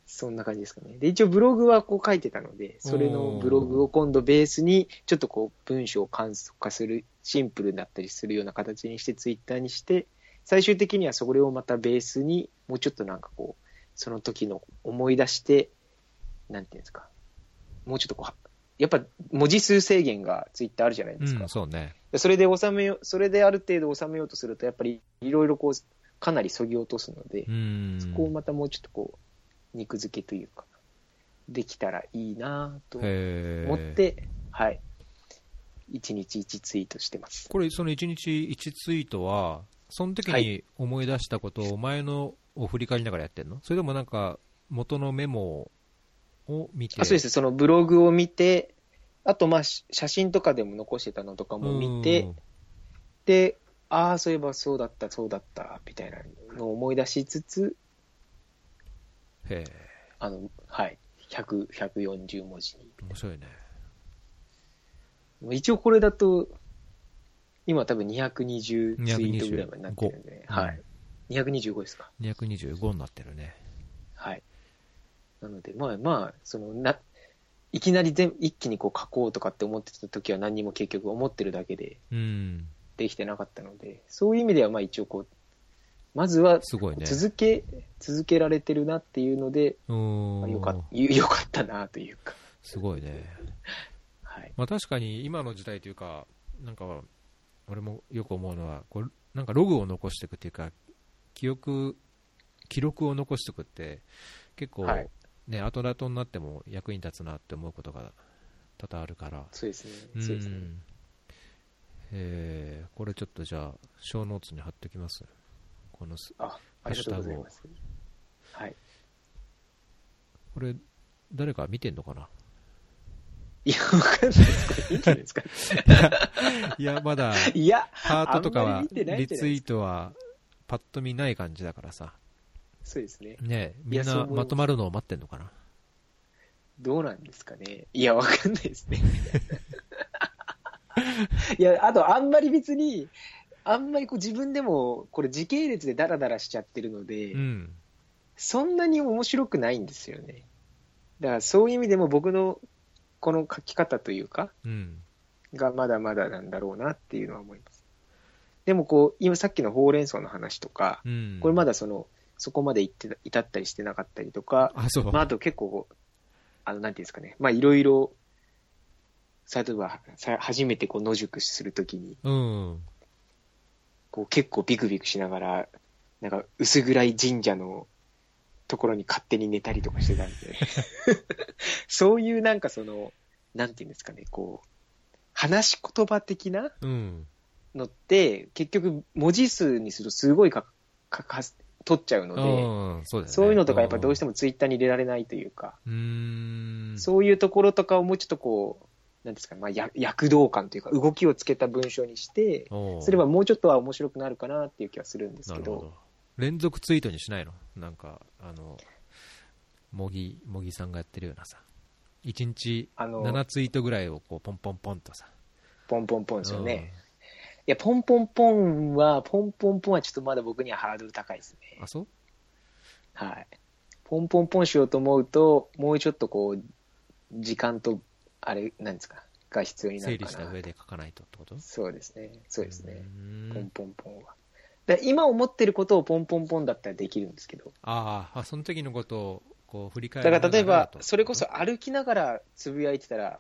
[SPEAKER 2] そんな感じですかね。で、一応ブログはこう書いてたので、それのブログを今度ベースに、ちょっとこう文章を簡素化する、シンプルだったりするような形にしてツイッターにして、最終的にはそれをまたベースに、もうちょっとなんかこう、その時の思い出して、なんていうんですか、もうちょっとこう、やっぱ文字数制限がツイッターあるじゃないで
[SPEAKER 1] う
[SPEAKER 2] すか。
[SPEAKER 1] ん、そうね。
[SPEAKER 2] でそれで収めよう、それである程度収めようとすると、やっぱりいろいろこう、かなり削ぎ落とすので、
[SPEAKER 1] うん。
[SPEAKER 2] そこをまたもうちょっとこう、肉付けというか、できたらいいなぁと
[SPEAKER 1] へー
[SPEAKER 2] 思って、はい。一日一ツイートしてます。
[SPEAKER 1] これ、その1日1ツイートは、その時
[SPEAKER 2] は
[SPEAKER 1] に
[SPEAKER 2] い
[SPEAKER 1] 思い出したことを前のを振り返りながらやってんのそれでもなんか、元のメモを見て。
[SPEAKER 2] あそうです。そのブログを見て、あと、まあ、し写真とかでも残してたのとか
[SPEAKER 1] う
[SPEAKER 2] も
[SPEAKER 1] ん。
[SPEAKER 2] 見て、で、ああ、そういえばそうだった、そうだった、みたいなのを思い出しつつ、
[SPEAKER 1] へえ、
[SPEAKER 2] あの、はい。100、140文字に。
[SPEAKER 1] 面白いね。
[SPEAKER 2] 一応これだと、今多分220ツイートぐらいまでなってるんで、
[SPEAKER 1] 225
[SPEAKER 2] はい。225ですか。
[SPEAKER 1] 225になってるね。
[SPEAKER 2] はい。なので、まあまあ、そのな、いきなり全一気にこう書こうとかって思ってた時は何にも結局思ってるだけで
[SPEAKER 1] うん。
[SPEAKER 2] できてなかったので、そういう意味ではまあ一応こう、まずは
[SPEAKER 1] すごいね。
[SPEAKER 2] 続け、続けられてるなっていうので、
[SPEAKER 1] う
[SPEAKER 2] まあ、
[SPEAKER 1] ん。
[SPEAKER 2] よかよかったなというか、
[SPEAKER 1] すごいね。
[SPEAKER 2] はい。
[SPEAKER 1] まあ確かに今の時代というか、なんか、俺もよく思うのは、こうなんかログを残していくっていうか、記憶、記録を残していくって、結構、
[SPEAKER 2] はい
[SPEAKER 1] ね、後々になっても役に立つなって思うことが多々あるから、
[SPEAKER 2] そうですね。そうですね。
[SPEAKER 1] んえーこれちょっとじゃあ、小ノーツに貼っておきます。このす
[SPEAKER 2] あ、ありがとうございます。はい。
[SPEAKER 1] これ、誰か見てんのかな
[SPEAKER 2] いや、わかんないです。これいいんじゃないですか。
[SPEAKER 1] いや、まだ、
[SPEAKER 2] いや、
[SPEAKER 1] ハートとか
[SPEAKER 2] あん
[SPEAKER 1] は
[SPEAKER 2] まり、見てないんじゃない
[SPEAKER 1] リ
[SPEAKER 2] ですか
[SPEAKER 1] ツイートは、パッと見ない感じだからさ。
[SPEAKER 2] そうですね。
[SPEAKER 1] ねえ
[SPEAKER 2] い
[SPEAKER 1] みん
[SPEAKER 2] やそう
[SPEAKER 1] な
[SPEAKER 2] 思います
[SPEAKER 1] まとまるのを待ってんのかな
[SPEAKER 2] どうなんですかね。いや、わかんないですね。 いや、あと、あんまり別に、あんまりこう自分でも、これ時系列でダラダラしちゃってるので、
[SPEAKER 1] うん
[SPEAKER 2] そんなに面白くないんですよね。だからそういう意味でも僕のこの書き方というか、
[SPEAKER 1] うん
[SPEAKER 2] がまだまだなんだろうなっていうのは思います。でもこう、今さっきのほうれん草の話とか、
[SPEAKER 1] うん
[SPEAKER 2] これまだその、そこまで行って至ったりしてなかったりとか、
[SPEAKER 1] あそう、
[SPEAKER 2] まあ、あと結構、あの、なんていうんですかね、まあ、いろいろ、例えば、さ初めてこう野宿するときに、
[SPEAKER 1] うん
[SPEAKER 2] こう結構ビクビクしながら、なんか薄暗い神社のところに勝手に寝たりとかして たんで、そういうなんかその、なんていうんですかね、こう、話し言葉的な
[SPEAKER 1] うん
[SPEAKER 2] のって、結局文字数にするとすごいか、かか、取っちゃうので、
[SPEAKER 1] うんそうだよね
[SPEAKER 2] そういうのとかやっぱどうして
[SPEAKER 1] も
[SPEAKER 2] もツイッターに入れられないというか、
[SPEAKER 1] うーん
[SPEAKER 2] そういうところとかをもうちょっとこう、なんですかね、まあ、や躍動感というか、動きをつけた文章にして、
[SPEAKER 1] おう
[SPEAKER 2] すればもうちょっとは面白くなるかなっていう気はするんです
[SPEAKER 1] な
[SPEAKER 2] け
[SPEAKER 1] るほ
[SPEAKER 2] ど、
[SPEAKER 1] ど連続ツイートにしないのなんかあの茂木茂木さんがやってるようなさ1日
[SPEAKER 2] あの
[SPEAKER 1] 7ツイートぐらいをこうポンポンポンとさ
[SPEAKER 2] ポンポンポンですよね。
[SPEAKER 1] うん
[SPEAKER 2] いや、ポンポンポンは、ポンポンポンはちょっとまだ僕にはハードル高いですね。
[SPEAKER 1] あそう
[SPEAKER 2] はい。ポンポンポンしようと思うと、もうちょっとこう、時間と、あれ、なんですか、が必要にな
[SPEAKER 1] 整
[SPEAKER 2] るか
[SPEAKER 1] 理
[SPEAKER 2] な。
[SPEAKER 1] した上で書かないとってこと
[SPEAKER 2] そうですね。そうですね。
[SPEAKER 1] ーん
[SPEAKER 2] ポンポンポンは。だから今思ってることをポンポンポンだったらできるんですけど。
[SPEAKER 1] あああその時のことをこう振り返
[SPEAKER 2] だ
[SPEAKER 1] り
[SPEAKER 2] か
[SPEAKER 1] な
[SPEAKER 2] ら
[SPEAKER 1] が
[SPEAKER 2] 例えば、
[SPEAKER 1] と
[SPEAKER 2] それこそ歩きながらつぶやいてたら、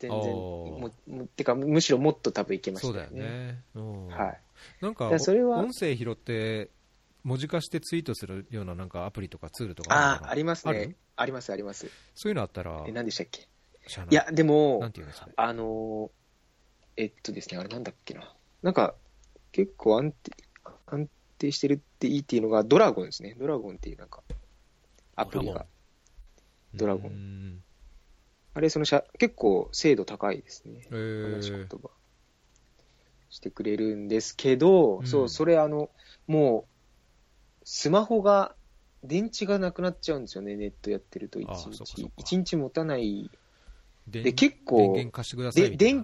[SPEAKER 2] 全然、
[SPEAKER 1] おー
[SPEAKER 2] ももてか、むしろもっと多分いけま
[SPEAKER 1] そ
[SPEAKER 2] し
[SPEAKER 1] う
[SPEAKER 2] た
[SPEAKER 1] だ
[SPEAKER 2] よ
[SPEAKER 1] よ
[SPEAKER 2] ね。
[SPEAKER 1] ね、うん
[SPEAKER 2] はい。
[SPEAKER 1] なんか
[SPEAKER 2] だからそれは
[SPEAKER 1] 音声拾って文字化してツイートするようななんかアプリとかツールとかるの
[SPEAKER 2] あ
[SPEAKER 1] か
[SPEAKER 2] あ、
[SPEAKER 1] な
[SPEAKER 2] あります
[SPEAKER 1] あ
[SPEAKER 2] ね
[SPEAKER 1] る。
[SPEAKER 2] あります、あります。
[SPEAKER 1] そういうのあったら
[SPEAKER 2] え、何でしたっけ
[SPEAKER 1] 知らない
[SPEAKER 2] や、で
[SPEAKER 1] な
[SPEAKER 2] も
[SPEAKER 1] ん、ていうんですか
[SPEAKER 2] あのー、えっとですね、あれなんだっけな。なんか、結構安定、安定してるっていいっていうのが、ドラゴンですね。ドラゴンっていうなんか、アプ
[SPEAKER 1] ド
[SPEAKER 2] リ
[SPEAKER 1] ラゴ
[SPEAKER 2] が
[SPEAKER 1] ン。
[SPEAKER 2] ドラゴン
[SPEAKER 1] ン
[SPEAKER 2] あれ、そのしゃ、結構精度高いですね。
[SPEAKER 1] え
[SPEAKER 2] 話し言
[SPEAKER 1] ー、
[SPEAKER 2] 葉してくれるんですけど、
[SPEAKER 1] うん
[SPEAKER 2] そう、それあの、もう、スマホが、電池がなくなっちゃうんですよね、ネットやってると一
[SPEAKER 1] あそうかそう
[SPEAKER 2] 日
[SPEAKER 1] か。
[SPEAKER 2] 一日持たない
[SPEAKER 1] で
[SPEAKER 2] で結構
[SPEAKER 1] 電源貸してくださいみたいな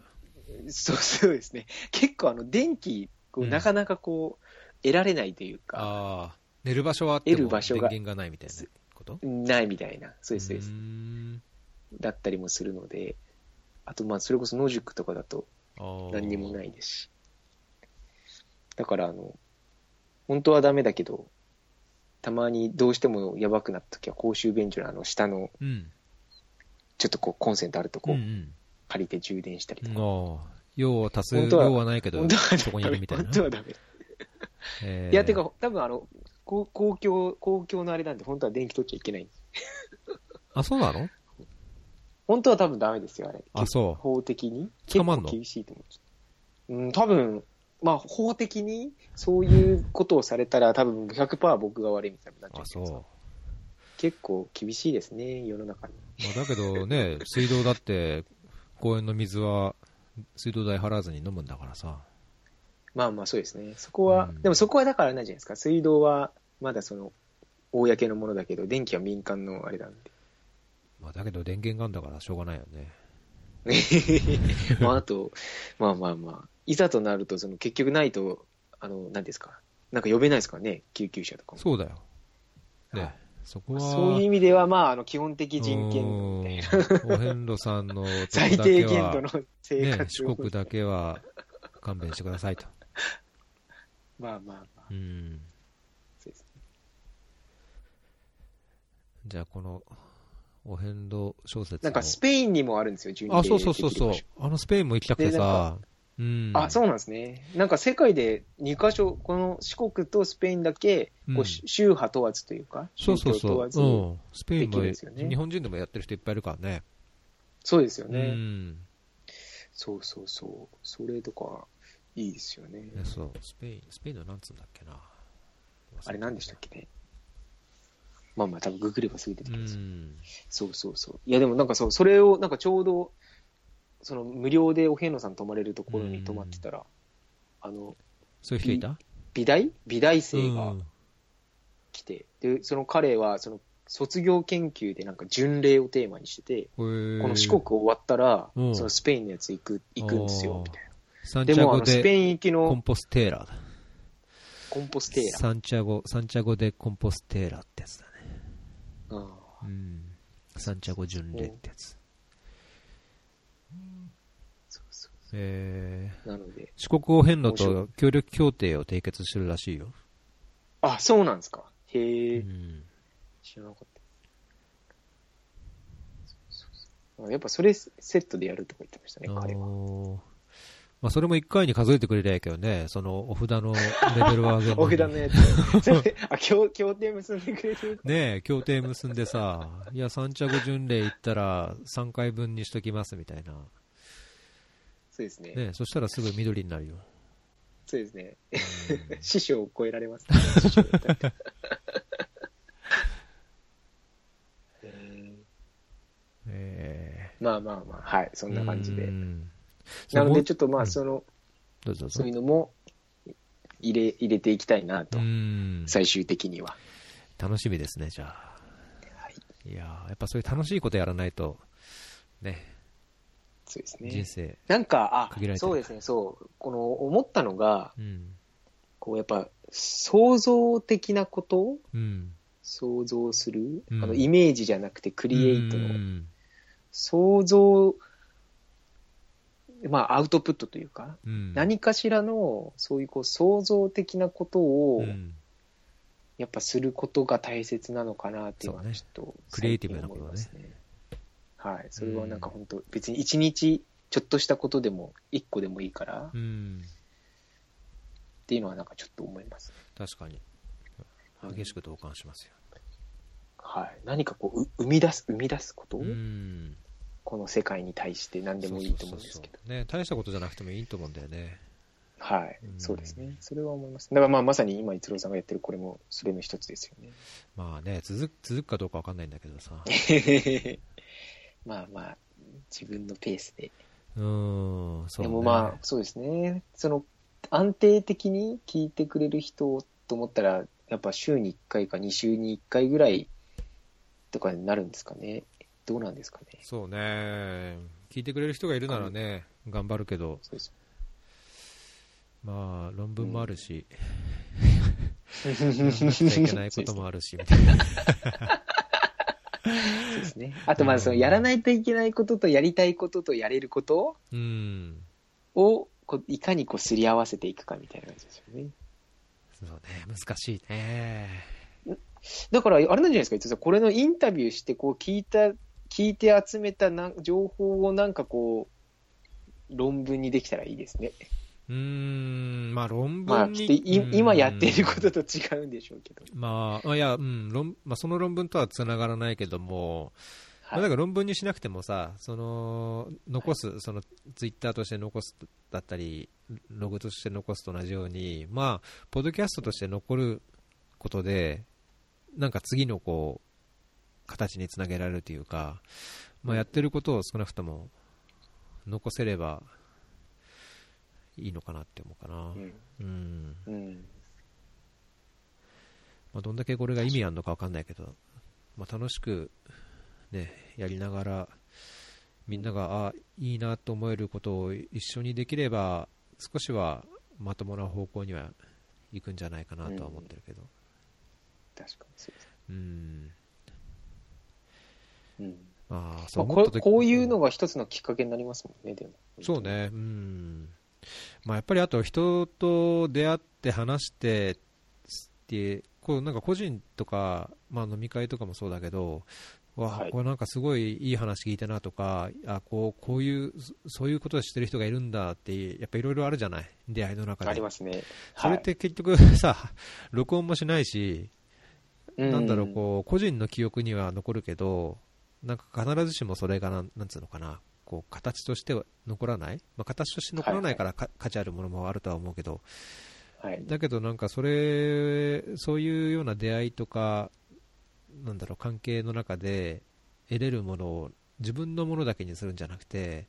[SPEAKER 2] でそうそうですね、結構あの電気、こう
[SPEAKER 1] うん
[SPEAKER 2] なかなかこう得られないというか、
[SPEAKER 1] ああ寝る場所はあっても
[SPEAKER 2] 得る場所が
[SPEAKER 1] 電源がないみたいなこと
[SPEAKER 2] ないみたいな、そうです、そう
[SPEAKER 1] う
[SPEAKER 2] です、
[SPEAKER 1] ーん
[SPEAKER 2] だったりもするので、あと、まあそれこそ野宿とかだと
[SPEAKER 1] あー
[SPEAKER 2] 何にもないですし、だからあの、本当はダメだけど、たまにどうしてもやばくなったときは、公衆便所のあの下の、
[SPEAKER 1] うん
[SPEAKER 2] ちょっとこうコンセントあるとこ
[SPEAKER 1] う
[SPEAKER 2] を
[SPEAKER 1] ん
[SPEAKER 2] 借りて充電したり
[SPEAKER 1] う
[SPEAKER 2] と
[SPEAKER 1] ん
[SPEAKER 2] か、
[SPEAKER 1] ああ用を足す
[SPEAKER 2] 本当は
[SPEAKER 1] 用はないけど
[SPEAKER 2] 本当は
[SPEAKER 1] そこにい
[SPEAKER 2] ダ
[SPEAKER 1] る
[SPEAKER 2] メ
[SPEAKER 1] みたいな
[SPEAKER 2] 本当はダメ。
[SPEAKER 1] えー
[SPEAKER 2] いや、てか、多分あの、公公共、公共のあれなんで、本当は電気取っちゃいけない。
[SPEAKER 1] あそうなの
[SPEAKER 2] 本当は多分ダメですよ、あれ。
[SPEAKER 1] あそう
[SPEAKER 2] 法的に。
[SPEAKER 1] 捕まんの
[SPEAKER 2] 結構厳しいと思う。うん、多分、まあ、法的に、そういうことをされたら、多分100%僕が悪いみたいになっちゃ
[SPEAKER 1] あ
[SPEAKER 2] うけ
[SPEAKER 1] そう
[SPEAKER 2] ど。結構厳しいですね、世の中に。
[SPEAKER 1] まあだけど ね水道だって公園の水は水道代払わずに飲むんだからさ
[SPEAKER 2] まあまあ、そうですね。そこは、
[SPEAKER 1] うん
[SPEAKER 2] でもそこはだからあれなんじゃないですか。水道は、まだその、公のものだけど、電気は民間のあれなんで。
[SPEAKER 1] まあだけど電源があるんだからしょうがないよね
[SPEAKER 2] まあ、あと、まあまあまあ、いざとなると、その結局ないと、あの、何ですか、なんか呼べないですからね、救急車とかも。
[SPEAKER 1] そうだよ
[SPEAKER 2] は
[SPEAKER 1] ね
[SPEAKER 2] い
[SPEAKER 1] そこは
[SPEAKER 2] そういう意味では、まあ、あの、基本的人権のみたいな、
[SPEAKER 1] うーんお遍路さんの
[SPEAKER 2] 最低限度の生
[SPEAKER 1] ね、
[SPEAKER 2] 活を、
[SPEAKER 1] 四国だけは勘弁してくださいと。
[SPEAKER 2] まあまあまあ、
[SPEAKER 1] うん。
[SPEAKER 2] そうですね
[SPEAKER 1] じゃあ、この、お遍路小説を
[SPEAKER 2] なんかスペインにもあるんですよ、12
[SPEAKER 1] あ、そうそうそうそう
[SPEAKER 2] で。
[SPEAKER 1] あのスペインも行きたくて
[SPEAKER 2] ねな
[SPEAKER 1] さ。うん。。
[SPEAKER 2] あ、そううなんですね。なんか世界で2カ所、この四国とスペインだけ、
[SPEAKER 1] う
[SPEAKER 2] こ
[SPEAKER 1] ん
[SPEAKER 2] う宗派問わずというか、
[SPEAKER 1] そうそう
[SPEAKER 2] 宗教問
[SPEAKER 1] そう。
[SPEAKER 2] わず
[SPEAKER 1] うん。スペインも、
[SPEAKER 2] できるんですよね
[SPEAKER 1] 日本人でもやってる人いっぱいいるからね。
[SPEAKER 2] そうですよ
[SPEAKER 1] う
[SPEAKER 2] ね。
[SPEAKER 1] ん。
[SPEAKER 2] そうそうそう。それとか、いいですよね。
[SPEAKER 1] ねそう。スペイン、スペインのなんつうんだっけな。
[SPEAKER 2] あれ何でしたっ
[SPEAKER 1] け
[SPEAKER 2] けね。まあまあ、多分ググればすぐ出て
[SPEAKER 1] う
[SPEAKER 2] きますよ。
[SPEAKER 1] ん。
[SPEAKER 2] そうそうそう。いや、でもなんかそう、それを、なんかちょうど、その無料でお遍路さん泊まれるところに泊まってたら、あの、
[SPEAKER 1] そういう人いた
[SPEAKER 2] 美大美大生
[SPEAKER 1] う
[SPEAKER 2] が
[SPEAKER 1] ん
[SPEAKER 2] 来て、で、その彼は、その、卒業研究でなんか巡礼をテーマにしてて、
[SPEAKER 1] こ
[SPEAKER 2] この四国終わったら、
[SPEAKER 1] うん
[SPEAKER 2] そのスペインのやつ行く、行くんですよ、みたい
[SPEAKER 1] サ
[SPEAKER 2] な。
[SPEAKER 1] ン
[SPEAKER 2] で
[SPEAKER 1] チャ
[SPEAKER 2] も、あ
[SPEAKER 1] ゴ
[SPEAKER 2] の、スペ
[SPEAKER 1] で
[SPEAKER 2] イン行き
[SPEAKER 1] コ
[SPEAKER 2] の
[SPEAKER 1] ンポステーラだ。
[SPEAKER 2] コンポステーラ。
[SPEAKER 1] サンチャゴ、サンチャゴでコンポステーラってやつだね。
[SPEAKER 2] うん
[SPEAKER 1] うん。サンチャゴ巡礼ってやつ。
[SPEAKER 2] そうそ
[SPEAKER 1] えー、
[SPEAKER 2] う。なので、
[SPEAKER 1] 四国お遍路
[SPEAKER 2] 面白
[SPEAKER 1] と協力協定を締結してるらしいよ。
[SPEAKER 2] あ、そうなんですか。へ
[SPEAKER 1] う
[SPEAKER 2] え、
[SPEAKER 1] ん。
[SPEAKER 2] 知らなかった。そうそうそうやっぱそれセットでやるとか言ってましたね、
[SPEAKER 1] あ
[SPEAKER 2] 彼は。
[SPEAKER 1] のーまあ、それも一回に数えてくれりゃいいけどね、そのお札のレベルを上げる の
[SPEAKER 2] お
[SPEAKER 1] に
[SPEAKER 2] 札のやつ。 それあ、協協定結んでくれてる。
[SPEAKER 1] ねえ、協定結んでさ、いや、サンチャゴ巡礼行ったら3回分にしときますみたいな。
[SPEAKER 2] そうですね。
[SPEAKER 1] ねえそしたらすぐ緑になるよ。
[SPEAKER 2] そうですね。
[SPEAKER 1] うん
[SPEAKER 2] 師匠を超えられますね。師匠だったらへえ
[SPEAKER 1] え
[SPEAKER 2] まあまあまあ、はい、そんな感じ
[SPEAKER 1] う
[SPEAKER 2] で。
[SPEAKER 1] ん
[SPEAKER 2] なので、ちょっとま
[SPEAKER 1] うん
[SPEAKER 2] あ、その、
[SPEAKER 1] どうぞどうぞ
[SPEAKER 2] そういうのも入れ、入れていきたいなと
[SPEAKER 1] う、ん
[SPEAKER 2] 最終的には。
[SPEAKER 1] 楽しみですね、じゃあ。いやーやっぱそういう楽しいことやらないと、ね、
[SPEAKER 2] そうです
[SPEAKER 1] 人
[SPEAKER 2] ね。
[SPEAKER 1] 生。
[SPEAKER 2] なんか、
[SPEAKER 1] 限られてる
[SPEAKER 2] あ、そうですね、そう。この、思ったのが、
[SPEAKER 1] うん。
[SPEAKER 2] こう、やっぱ、想像的なことを
[SPEAKER 1] うん。
[SPEAKER 2] 想像する、
[SPEAKER 1] うん
[SPEAKER 2] あの、イメージじゃなくて、クリエイト
[SPEAKER 1] う
[SPEAKER 2] の、
[SPEAKER 1] ん
[SPEAKER 2] 想像、まあ、アウトプットというか、
[SPEAKER 1] うん
[SPEAKER 2] 何かしらの、そういうこう、創造的なことを、
[SPEAKER 1] うん
[SPEAKER 2] やっぱすることが大切なのかなっていうのは
[SPEAKER 1] そうね
[SPEAKER 2] ちょっと、
[SPEAKER 1] クリエイティブなことだね
[SPEAKER 2] 最近思いますね。はい。それはなんか本当、別に一日、ちょっとしたことでも、一個でもいいから、っ
[SPEAKER 1] うん。
[SPEAKER 2] ていうのはなんかちょっと思います、
[SPEAKER 1] 確かに。
[SPEAKER 2] はい
[SPEAKER 1] 激しく同感しますよ。
[SPEAKER 2] はい。何かこう、う生み出す、生み出すこと、
[SPEAKER 1] うん。
[SPEAKER 2] この世界に対して何でもいいと思うんですけど
[SPEAKER 1] そ。うそうそうそうね、大したことじゃなくてもいいと思うんだよね。
[SPEAKER 2] はい
[SPEAKER 1] うん。
[SPEAKER 2] そうですね。それは思います。だからまあ、まさに今、逸郎さんがやってるこれも、それの一つです よね。
[SPEAKER 1] まあね、続く、続くかどうかわかんないんだけどさ。
[SPEAKER 2] まあまあ、自分のペースで。
[SPEAKER 1] うん、そう、
[SPEAKER 2] で
[SPEAKER 1] ね。
[SPEAKER 2] もまあ、そうですね。その、安定的に聞いてくれる人と思ったら、やっぱ週に1回か2週に1回ぐらいとかになるんですかね。どうなんですかね。
[SPEAKER 1] そうね。聞いてくれる人がいるならね、頑張るけど、
[SPEAKER 2] そうです。
[SPEAKER 1] まあ、論文もあるし、
[SPEAKER 2] そう
[SPEAKER 1] やんなくちゃいけないこともあるし、みたいな。
[SPEAKER 2] ですね。あとまあ、その、やらないといけないこととやりたいこととやれること
[SPEAKER 1] うん。
[SPEAKER 2] を、こういかにこう、すり合わせていくかみたいな感じですよね。
[SPEAKER 1] そうね、難しいね。
[SPEAKER 2] だから、あれなんじゃないですか、伊藤さんこれのインタビューして、こう、聞いた、聞いて集めたなん情報をなんかこう、論文にできたらいいですね。
[SPEAKER 1] うーん、まあ論文に。
[SPEAKER 2] まあ、きっとい、
[SPEAKER 1] うん
[SPEAKER 2] 今やっていることと違うんでしょうけど。
[SPEAKER 1] まあ、あいや、うん、論まあ、その論文とはつながらないけども、ま
[SPEAKER 2] は
[SPEAKER 1] あだ
[SPEAKER 2] い。
[SPEAKER 1] から論文にしなくてもさ、その、残す、その、ツイッターとして残すだったり、ログとして残すと同じように、まあ、ポッドキャストとして残ることで、なんか次のこう、形につなげられるというか、まあ、やってることを少なくとも残せればいいのかなって思うかな。
[SPEAKER 2] うん。
[SPEAKER 1] うん
[SPEAKER 2] うん。
[SPEAKER 1] まあ、どんだけこれが意味あるのかわかんないけど、まあ、楽しく、ね、やりながらみんながあいいなと思えることを一緒にできれば少しはまともな方向には行くんじゃないかなとは思ってるけど、
[SPEAKER 2] 確かにそうです。
[SPEAKER 1] うん
[SPEAKER 2] うん。
[SPEAKER 1] まあ、そ
[SPEAKER 2] ま
[SPEAKER 1] う
[SPEAKER 2] あ、
[SPEAKER 1] 思っ
[SPEAKER 2] こ
[SPEAKER 1] た時
[SPEAKER 2] こういうのが一つのきっかけになりますもんね、でも。
[SPEAKER 1] そう。ね、うんまあ、やっぱりあと人と出会って話してってこうなんか個人とか、まあ、飲み会とかもそうだけどわ、
[SPEAKER 2] はい
[SPEAKER 1] これなんかすごいいい話聞いたなとかあこうこういうそそういうことをしてる人がいるんだってやっぱいろいろあるじゃない出会いの中で
[SPEAKER 2] ありますね。
[SPEAKER 1] それって結局さ録音もしないし、
[SPEAKER 2] はい、
[SPEAKER 1] なんだろう
[SPEAKER 2] う。
[SPEAKER 1] こう個人の記憶には残るけどなんか必ずしもそれがなんなんつうのかなこう形としては残らない、まあ、形として残らないからか価値あるものもあるとは思うけど
[SPEAKER 2] はい。
[SPEAKER 1] だけどなんかそれそういうような出会いとかなんだろう関係の中で得れるものを自分のものだけにするんじゃなくて、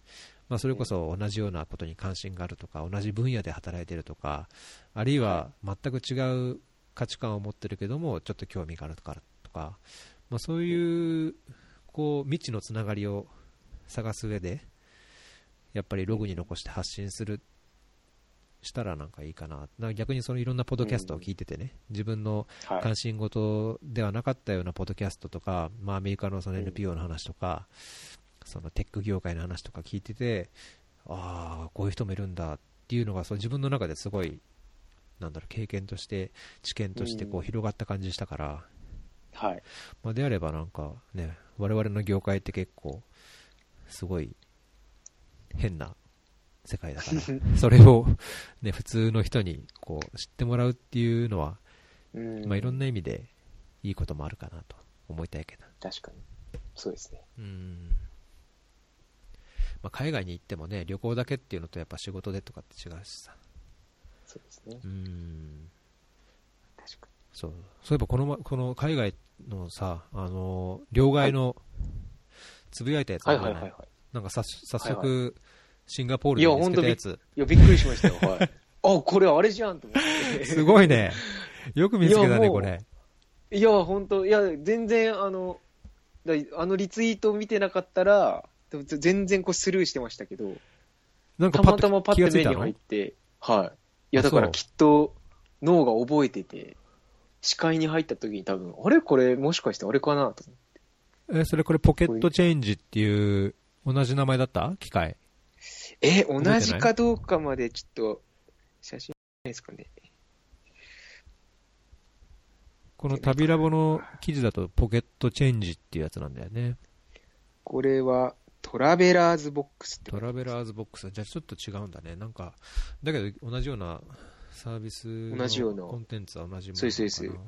[SPEAKER 1] まあ、それこそ同じようなことに関心があるとか同じ分野で働いてるとかあるいは全く違う価値観を持ってるけどもちょっと興味があるとかとか、まあ、そういうこう未知のつながりを探す上でやっぱりログに残して発信するしたらなんかいいかなな逆にそのいろんなポッドキャストを聞いててね、自分の
[SPEAKER 2] はい。
[SPEAKER 1] 関心事ではなかったようなポッドキャストとか、まあ、アメリカのその
[SPEAKER 2] うん
[SPEAKER 1] NPO の話とか、そのテック業界の話とか聞いてて、ああ、こういう人もいるんだっていうのがそう自分の中ですごい、なんだろう、経験として、知見としてこう
[SPEAKER 2] うん
[SPEAKER 1] 広がった感じしたから、
[SPEAKER 2] はい。
[SPEAKER 1] まあ、であればなんかね、我々の業界って結構、すごい変な世界だ から、それを、ね、普通の人にこう知ってもらうっていうのは、
[SPEAKER 2] うん。
[SPEAKER 1] まあ、いろんな意味でいいこともあるかなと思いたいけど、
[SPEAKER 2] 確かに。そうですね。
[SPEAKER 1] うんまあ、海外に行ってもね旅行だけっていうのとやっぱ仕事でとかって違うしさ
[SPEAKER 2] そうですね
[SPEAKER 1] う。ん
[SPEAKER 2] 確か
[SPEAKER 1] そうそういえばこの,、ま、この海外のさあの両替のつぶやいたやつ
[SPEAKER 2] に。
[SPEAKER 1] あ
[SPEAKER 2] は
[SPEAKER 1] る
[SPEAKER 2] い
[SPEAKER 1] じ
[SPEAKER 2] は
[SPEAKER 1] ゃな
[SPEAKER 2] いはいいはい。
[SPEAKER 1] なんかさ早
[SPEAKER 2] はい
[SPEAKER 1] 速、シンガポールで
[SPEAKER 2] いや
[SPEAKER 1] 見つけたやつ。
[SPEAKER 2] いや、びっくりし ましたよ。はい。あ、これあれじゃんと思って。
[SPEAKER 1] すごいね。よく見つけた
[SPEAKER 2] いや
[SPEAKER 1] ね、
[SPEAKER 2] もう
[SPEAKER 1] これ。
[SPEAKER 2] いや、本当いや、全然、あの、だあのリツイート見てなかったら、でも全然こうスルーしてましたけど、
[SPEAKER 1] なんか
[SPEAKER 2] た
[SPEAKER 1] パ
[SPEAKER 2] ま
[SPEAKER 1] ッ
[SPEAKER 2] たま
[SPEAKER 1] と
[SPEAKER 2] パ
[SPEAKER 1] 気
[SPEAKER 2] ッ
[SPEAKER 1] が
[SPEAKER 2] て
[SPEAKER 1] つい
[SPEAKER 2] 目
[SPEAKER 1] た
[SPEAKER 2] に
[SPEAKER 1] の
[SPEAKER 2] 入って、はい。いや、だか
[SPEAKER 1] あそ
[SPEAKER 2] ら
[SPEAKER 1] う
[SPEAKER 2] きっと脳が覚えてて、視界に入った時に多分、あれこれもしかしてあれかなと。
[SPEAKER 1] え、それこれポケットチェンジっていう、同じ名前だった機械。
[SPEAKER 2] え、
[SPEAKER 1] えて
[SPEAKER 2] 同
[SPEAKER 1] ない
[SPEAKER 2] じかどうかまでちょっと、写真ないですかね。
[SPEAKER 1] この旅ラボの記事だとポケットチェンジっていうやつなんだよね。
[SPEAKER 2] これは、トラベラーズボックスって
[SPEAKER 1] トラベラーズボックス。じゃあちょっと違うんだね。なんか、だけど同じようなサービスの
[SPEAKER 2] 同じような
[SPEAKER 1] コンテンツは同じものなのかな
[SPEAKER 2] そうですそうです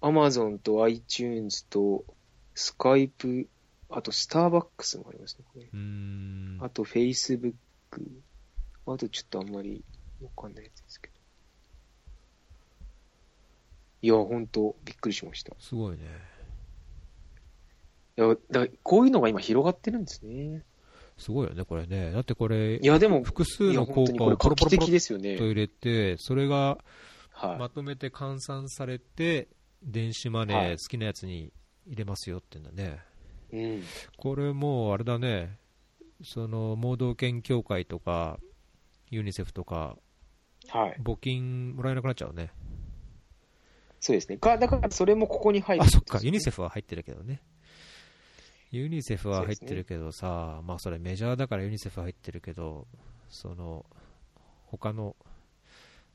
[SPEAKER 2] アマゾンと iTunes とスカイプ、あとスターバックスもありますね、これ
[SPEAKER 1] うーん。
[SPEAKER 2] あと Facebook、あとちょっとあんまりわかんないやつですけど。いや、ほんと、びっくりしました。
[SPEAKER 1] すごいね。
[SPEAKER 2] いや、だこういうのが今広がってるんですね。
[SPEAKER 1] すごいよね、これね。だってこれ
[SPEAKER 2] い、や、でも、
[SPEAKER 1] 複数
[SPEAKER 2] いや、
[SPEAKER 1] の効
[SPEAKER 2] 本当に
[SPEAKER 1] 果
[SPEAKER 2] これ
[SPEAKER 1] をポ
[SPEAKER 2] 画
[SPEAKER 1] ロポ
[SPEAKER 2] 期
[SPEAKER 1] ロポロ
[SPEAKER 2] 的
[SPEAKER 1] っ
[SPEAKER 2] ですよ
[SPEAKER 1] と
[SPEAKER 2] ね。
[SPEAKER 1] 入れて、それが
[SPEAKER 2] は
[SPEAKER 1] まとめて換算されて、電子マネ
[SPEAKER 2] は
[SPEAKER 1] ー
[SPEAKER 2] い
[SPEAKER 1] 好きなやつに入れますよってんだね。
[SPEAKER 2] い。うん。
[SPEAKER 1] これもうあれだね、その、盲導犬協会とか、ユニセフとか、
[SPEAKER 2] はい。
[SPEAKER 1] 募金もらえなくなっちゃうね。
[SPEAKER 2] そうですね。か、だからそれもここに入る、
[SPEAKER 1] あ、そっか、ユニセフは入ってるけどね。ユニセフは入ってるけどさ、まあそれメジャーだからユニセフは入ってるけど、その、他の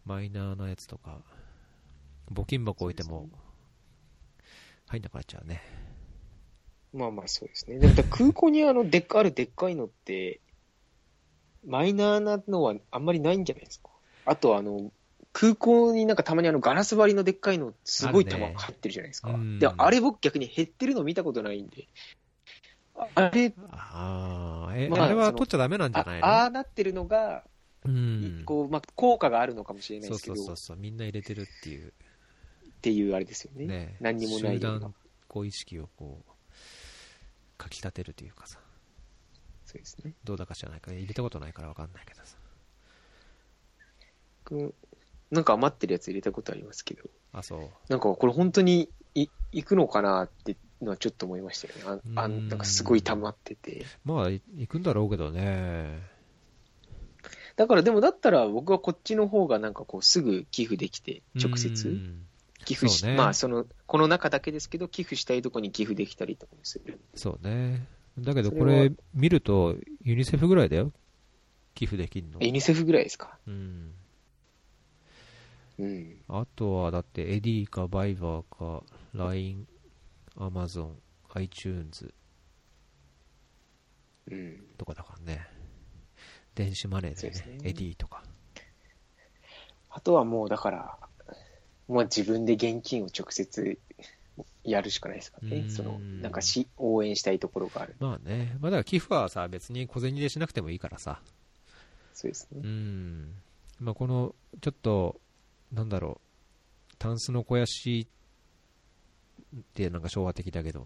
[SPEAKER 1] マイナーなやつとか、募金箱置いても、入んなくなっちゃうね。
[SPEAKER 2] まあまあそうですね。でもだから空港にあのでっかあるでっかいのって、マイナーなのはあんまりないんじゃないですか。あとあの、空港になんかたまにあのガラス張りのでっかいのすごい
[SPEAKER 1] ある
[SPEAKER 2] 玉
[SPEAKER 1] ね
[SPEAKER 2] が入ってるじゃないですか。
[SPEAKER 1] うん
[SPEAKER 2] で、あれ僕逆に減ってるの見たことないんで。ああれ、
[SPEAKER 1] ああ、え、
[SPEAKER 2] まあ
[SPEAKER 1] あれ
[SPEAKER 2] そ
[SPEAKER 1] は
[SPEAKER 2] の
[SPEAKER 1] 取っちゃダメなんじゃ
[SPEAKER 2] あ
[SPEAKER 1] ないの
[SPEAKER 2] ああなってるのが、
[SPEAKER 1] うん。
[SPEAKER 2] こう、まあ、効果があるのかもしれな
[SPEAKER 1] そ
[SPEAKER 2] いで
[SPEAKER 1] う
[SPEAKER 2] すけ
[SPEAKER 1] そ
[SPEAKER 2] ど、
[SPEAKER 1] うそうそう、みんな入れてるっていう、
[SPEAKER 2] っていうあれですよね。
[SPEAKER 1] ね、
[SPEAKER 2] 何にもない
[SPEAKER 1] 集
[SPEAKER 2] ような
[SPEAKER 1] 団、こう意識をこう、かき立てるというかさ、
[SPEAKER 2] そうですね。
[SPEAKER 1] どうだか知らないから、入れたことないからわかんないけどさ。
[SPEAKER 2] 僕なんか余ってるやつ入れたことありますけど。
[SPEAKER 1] あ、そう。
[SPEAKER 2] なんかこれ本当にい行くのかなってのはちょっと思いましたよね。ああ
[SPEAKER 1] うん
[SPEAKER 2] なんかすごい溜まってて。
[SPEAKER 1] まあ、い行くんだろうけどね。
[SPEAKER 2] だからでもだったら僕はこっちの方がなんかこうすぐ寄付できて、直
[SPEAKER 1] う
[SPEAKER 2] 接
[SPEAKER 1] ん
[SPEAKER 2] 寄付し、
[SPEAKER 1] そうね
[SPEAKER 2] まあその、この中だけですけど寄付したいとこに寄付できたりとかもする。
[SPEAKER 1] そうね。だけど、
[SPEAKER 2] そ
[SPEAKER 1] こ
[SPEAKER 2] れは
[SPEAKER 1] れ見ると、ユニセフぐらいだよ。寄付できんの
[SPEAKER 2] ユ。ニセフぐらいですか。
[SPEAKER 1] うん。
[SPEAKER 2] うん。
[SPEAKER 1] あとは、だって、エディか、バイバーか、LINE、Amazon、iTunes
[SPEAKER 2] うん。
[SPEAKER 1] とかだからね。電子マネーだよ
[SPEAKER 2] そうで
[SPEAKER 1] ね。
[SPEAKER 2] すね
[SPEAKER 1] エディとか。
[SPEAKER 2] あとはもうだから、もう自分で現金を直接やるしかないですから
[SPEAKER 1] う
[SPEAKER 2] ね。
[SPEAKER 1] ん
[SPEAKER 2] その、なんかし、応援したいところがある。
[SPEAKER 1] まあね。まあ、だから寄付はさ、別に小銭でしなくてもいいからさ。
[SPEAKER 2] そうですね
[SPEAKER 1] う。ん。まあ、この、ちょっと、なんだろう、タンスの肥やしってなんか昭和的だけど、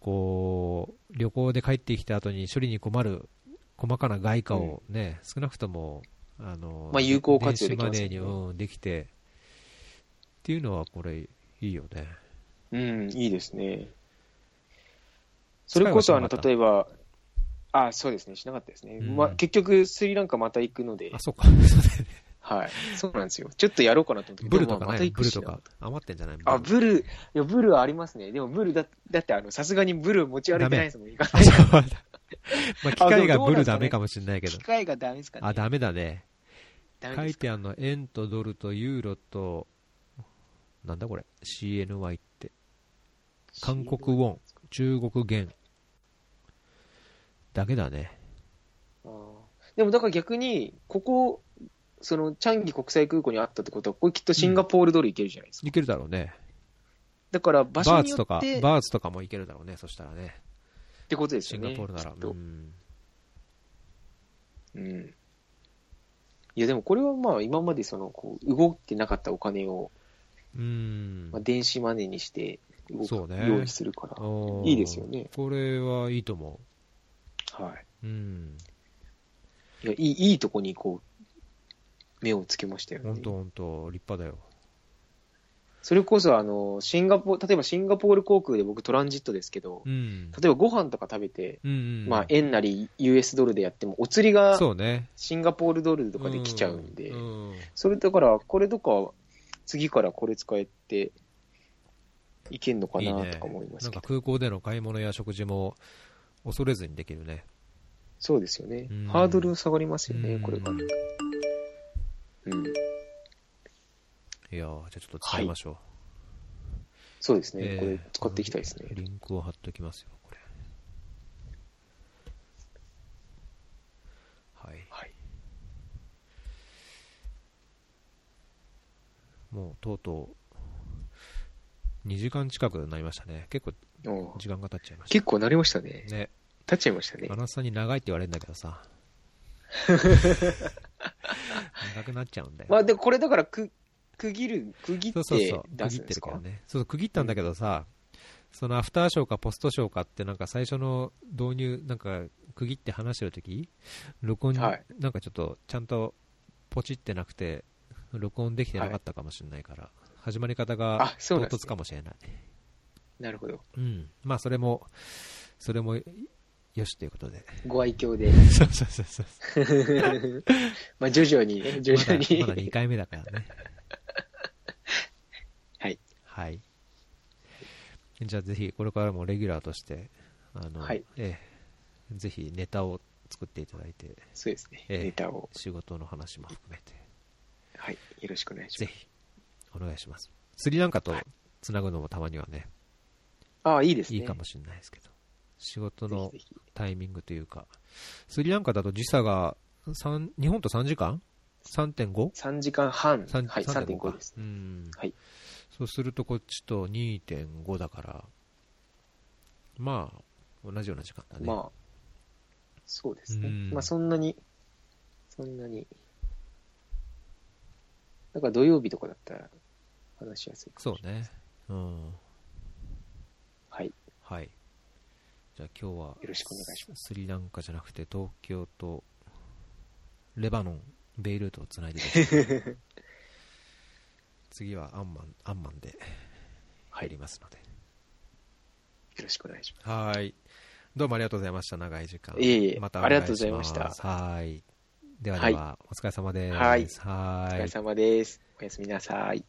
[SPEAKER 1] こう、旅行で帰ってきた後に処理に困る細かな外貨をね、少なくとも、あの、
[SPEAKER 2] まあ有効活用でき
[SPEAKER 1] 電子マ
[SPEAKER 2] ま
[SPEAKER 1] ネ
[SPEAKER 2] す
[SPEAKER 1] ー
[SPEAKER 2] よね
[SPEAKER 1] に、うん、できて、っていうのはこれ、いいよね。
[SPEAKER 2] うん、いいですね。
[SPEAKER 1] 使
[SPEAKER 2] そ
[SPEAKER 1] い
[SPEAKER 2] れこ
[SPEAKER 1] はし
[SPEAKER 2] そ、
[SPEAKER 1] な
[SPEAKER 2] あ
[SPEAKER 1] か
[SPEAKER 2] の
[SPEAKER 1] った、
[SPEAKER 2] 例えば、あ、そうですね、しなかったですね。
[SPEAKER 1] うん
[SPEAKER 2] まあ、結局、スリランカまた行くので
[SPEAKER 1] あ、、そうか。そうだよね
[SPEAKER 2] はい。そうなんですよ。ちょっとやろうかなと思って。
[SPEAKER 1] ブルとか
[SPEAKER 2] まあま
[SPEAKER 1] な
[SPEAKER 2] た
[SPEAKER 1] い
[SPEAKER 2] 行
[SPEAKER 1] ブ
[SPEAKER 2] く
[SPEAKER 1] ル
[SPEAKER 2] し
[SPEAKER 1] と
[SPEAKER 2] な
[SPEAKER 1] か。。余ってんじゃない
[SPEAKER 2] あ、ブル、いや、ブルはありますね。でも、ブルだ、だって、あの、さすがにブル持ち歩いてないですもん。行か
[SPEAKER 1] あ、
[SPEAKER 2] ない
[SPEAKER 1] そう だ。まあ、機械
[SPEAKER 2] で
[SPEAKER 1] が
[SPEAKER 2] もどう
[SPEAKER 1] ブル
[SPEAKER 2] なんですかね
[SPEAKER 1] ダメかもしれないけど
[SPEAKER 2] 機。械がダメですかね。
[SPEAKER 1] あ、ダメだね。
[SPEAKER 2] ダメ
[SPEAKER 1] 書
[SPEAKER 2] で
[SPEAKER 1] い
[SPEAKER 2] すか。
[SPEAKER 1] てあるの、円とドルとユーロと、なんだこれ、CNY って、韓国ウォン、中国元、だけだね。
[SPEAKER 2] あーでも、だから逆に、ここ、その、チャンギ国際空港にあったってことは、これきっとシンガポールドル行けるじゃないですか。
[SPEAKER 1] いけるだろうね。
[SPEAKER 2] だから、場
[SPEAKER 1] バ
[SPEAKER 2] 所
[SPEAKER 1] ー
[SPEAKER 2] に
[SPEAKER 1] ツ
[SPEAKER 2] よ
[SPEAKER 1] とか
[SPEAKER 2] っ、て、っ
[SPEAKER 1] バーツとかもいけるだろうね、そしたらね。
[SPEAKER 2] てことです
[SPEAKER 1] シ
[SPEAKER 2] よ
[SPEAKER 1] ン
[SPEAKER 2] ね。
[SPEAKER 1] ガポールなら。
[SPEAKER 2] きっと
[SPEAKER 1] うん。
[SPEAKER 2] うんいやでもこれはまあ今までそのこう動いてなかったお金を
[SPEAKER 1] うん
[SPEAKER 2] まあ。電子マネーにして動く
[SPEAKER 1] そうね
[SPEAKER 2] 用意するから、
[SPEAKER 1] おー
[SPEAKER 2] いいですよね。
[SPEAKER 1] これはいいと思
[SPEAKER 2] は
[SPEAKER 1] うん、
[SPEAKER 2] い。いや、いい、いいとこにこう、目をつけましたよね。
[SPEAKER 1] 本当本当立派だよ。
[SPEAKER 2] それこそ、あの、シンガポール、例えばシンガポール航空で僕トランジットですけど、
[SPEAKER 1] うん。
[SPEAKER 2] 例えばご飯とか食べて、
[SPEAKER 1] うんうん、
[SPEAKER 2] まあ、円なり US ドルでやっても、お釣りが
[SPEAKER 1] そうね。
[SPEAKER 2] シンガポールドルとかで来ちゃうんで、
[SPEAKER 1] うんうん
[SPEAKER 2] それだから、これとか、次からこれ使えていけんのか
[SPEAKER 1] いい
[SPEAKER 2] な
[SPEAKER 1] ね
[SPEAKER 2] とか思いま
[SPEAKER 1] な
[SPEAKER 2] す
[SPEAKER 1] んか
[SPEAKER 2] けど、
[SPEAKER 1] 空港での買い物や食事も恐れずにできるね。
[SPEAKER 2] そうですよね
[SPEAKER 1] うん。
[SPEAKER 2] ハードル下がりますよ
[SPEAKER 1] う
[SPEAKER 2] ね、
[SPEAKER 1] ん
[SPEAKER 2] これが。うん。
[SPEAKER 1] いやーじゃあちょっと使いましょう。
[SPEAKER 2] そうです
[SPEAKER 1] え
[SPEAKER 2] ね。
[SPEAKER 1] ー
[SPEAKER 2] これ使っていきたいですね。
[SPEAKER 1] リンクを貼っときますよ、これ。はい。
[SPEAKER 2] はい。
[SPEAKER 1] もうとうとう、2時間近くなりましたね。結構
[SPEAKER 2] おう
[SPEAKER 1] 時間が経っちゃいまし
[SPEAKER 2] 結構慣れましたね
[SPEAKER 1] た。。ね。
[SPEAKER 2] 経っちゃいましたね
[SPEAKER 1] ア。ナさんに長いって言われるんだけど さ。長くなっちゃうんだよ。
[SPEAKER 2] まあ、で、これだから、く、区切る、区切って
[SPEAKER 1] そうそうそう、
[SPEAKER 2] 出
[SPEAKER 1] 区切っ
[SPEAKER 2] すん
[SPEAKER 1] て
[SPEAKER 2] です
[SPEAKER 1] るか
[SPEAKER 2] から
[SPEAKER 1] ね。そうそう、区切ったんだけどさ、そのアフターショーかポストショーかって、なんか最初の導入、なんか区切って話してるとき、録音に、
[SPEAKER 2] はい
[SPEAKER 1] なんかちょっとちゃんとポチってなくて、録音できてなかったかもしれないから、始まり方が
[SPEAKER 2] あそう
[SPEAKER 1] 唐
[SPEAKER 2] なんですね
[SPEAKER 1] 突かもしれない。
[SPEAKER 2] なるほど。
[SPEAKER 1] うん。まあ、それも、それも、よしという ことで。
[SPEAKER 2] ご愛 嬌で。
[SPEAKER 1] そうそうそうそう。
[SPEAKER 2] まあ、徐々に、徐
[SPEAKER 1] まだ
[SPEAKER 2] 々に。
[SPEAKER 1] まだ2回目だからね。
[SPEAKER 2] はい。
[SPEAKER 1] はい。じゃあぜひ、これからもレギュラーとして、あの、
[SPEAKER 2] はい
[SPEAKER 1] ええぜひネタを作っていただいて、
[SPEAKER 2] そうですね。
[SPEAKER 1] ええ
[SPEAKER 2] ネタを。
[SPEAKER 1] 仕事の話も含めて、
[SPEAKER 2] はい。よろしくお願いし
[SPEAKER 1] ぜ
[SPEAKER 2] ます。
[SPEAKER 1] ひ、お願いします。スリランカとつなぐのもたまにはね、
[SPEAKER 2] ああ、いいですね。
[SPEAKER 1] いいかもしれないですけど、仕事
[SPEAKER 2] ぜ
[SPEAKER 1] の
[SPEAKER 2] ひぜひ。
[SPEAKER 1] タイミングというか、スリランカだと時差が三日本と3時間 ?3.5?
[SPEAKER 2] 3時間半。
[SPEAKER 1] 三
[SPEAKER 2] はい、
[SPEAKER 1] 3.5
[SPEAKER 2] 3.5
[SPEAKER 1] か
[SPEAKER 2] です。
[SPEAKER 1] うん
[SPEAKER 2] はい
[SPEAKER 1] そうするとこっちと2.5だからまあ同じような時間だね、
[SPEAKER 2] まあ、そうですね。
[SPEAKER 1] うん
[SPEAKER 2] まあ、そんなに、そんなに。だから土曜日とかだったら話しやすいかもし
[SPEAKER 1] そ
[SPEAKER 2] れないう
[SPEAKER 1] ねうん
[SPEAKER 2] はい。
[SPEAKER 1] はいじゃあ今日は
[SPEAKER 2] よろしくお願いします
[SPEAKER 1] スリランカじゃなくて東京とレバノンベイルートをつないでです ね次はアンマンアンマンで入りますので
[SPEAKER 2] よろしくお願いします。
[SPEAKER 1] はい。どうもありがとうございました。長い時間。
[SPEAKER 2] いえいえ
[SPEAKER 1] また
[SPEAKER 2] ありがとうございました
[SPEAKER 1] お願いしますはい。ではでは、お疲れ様です。
[SPEAKER 2] はい
[SPEAKER 1] は
[SPEAKER 2] お疲
[SPEAKER 1] い
[SPEAKER 2] れ様です。おやすみなさい。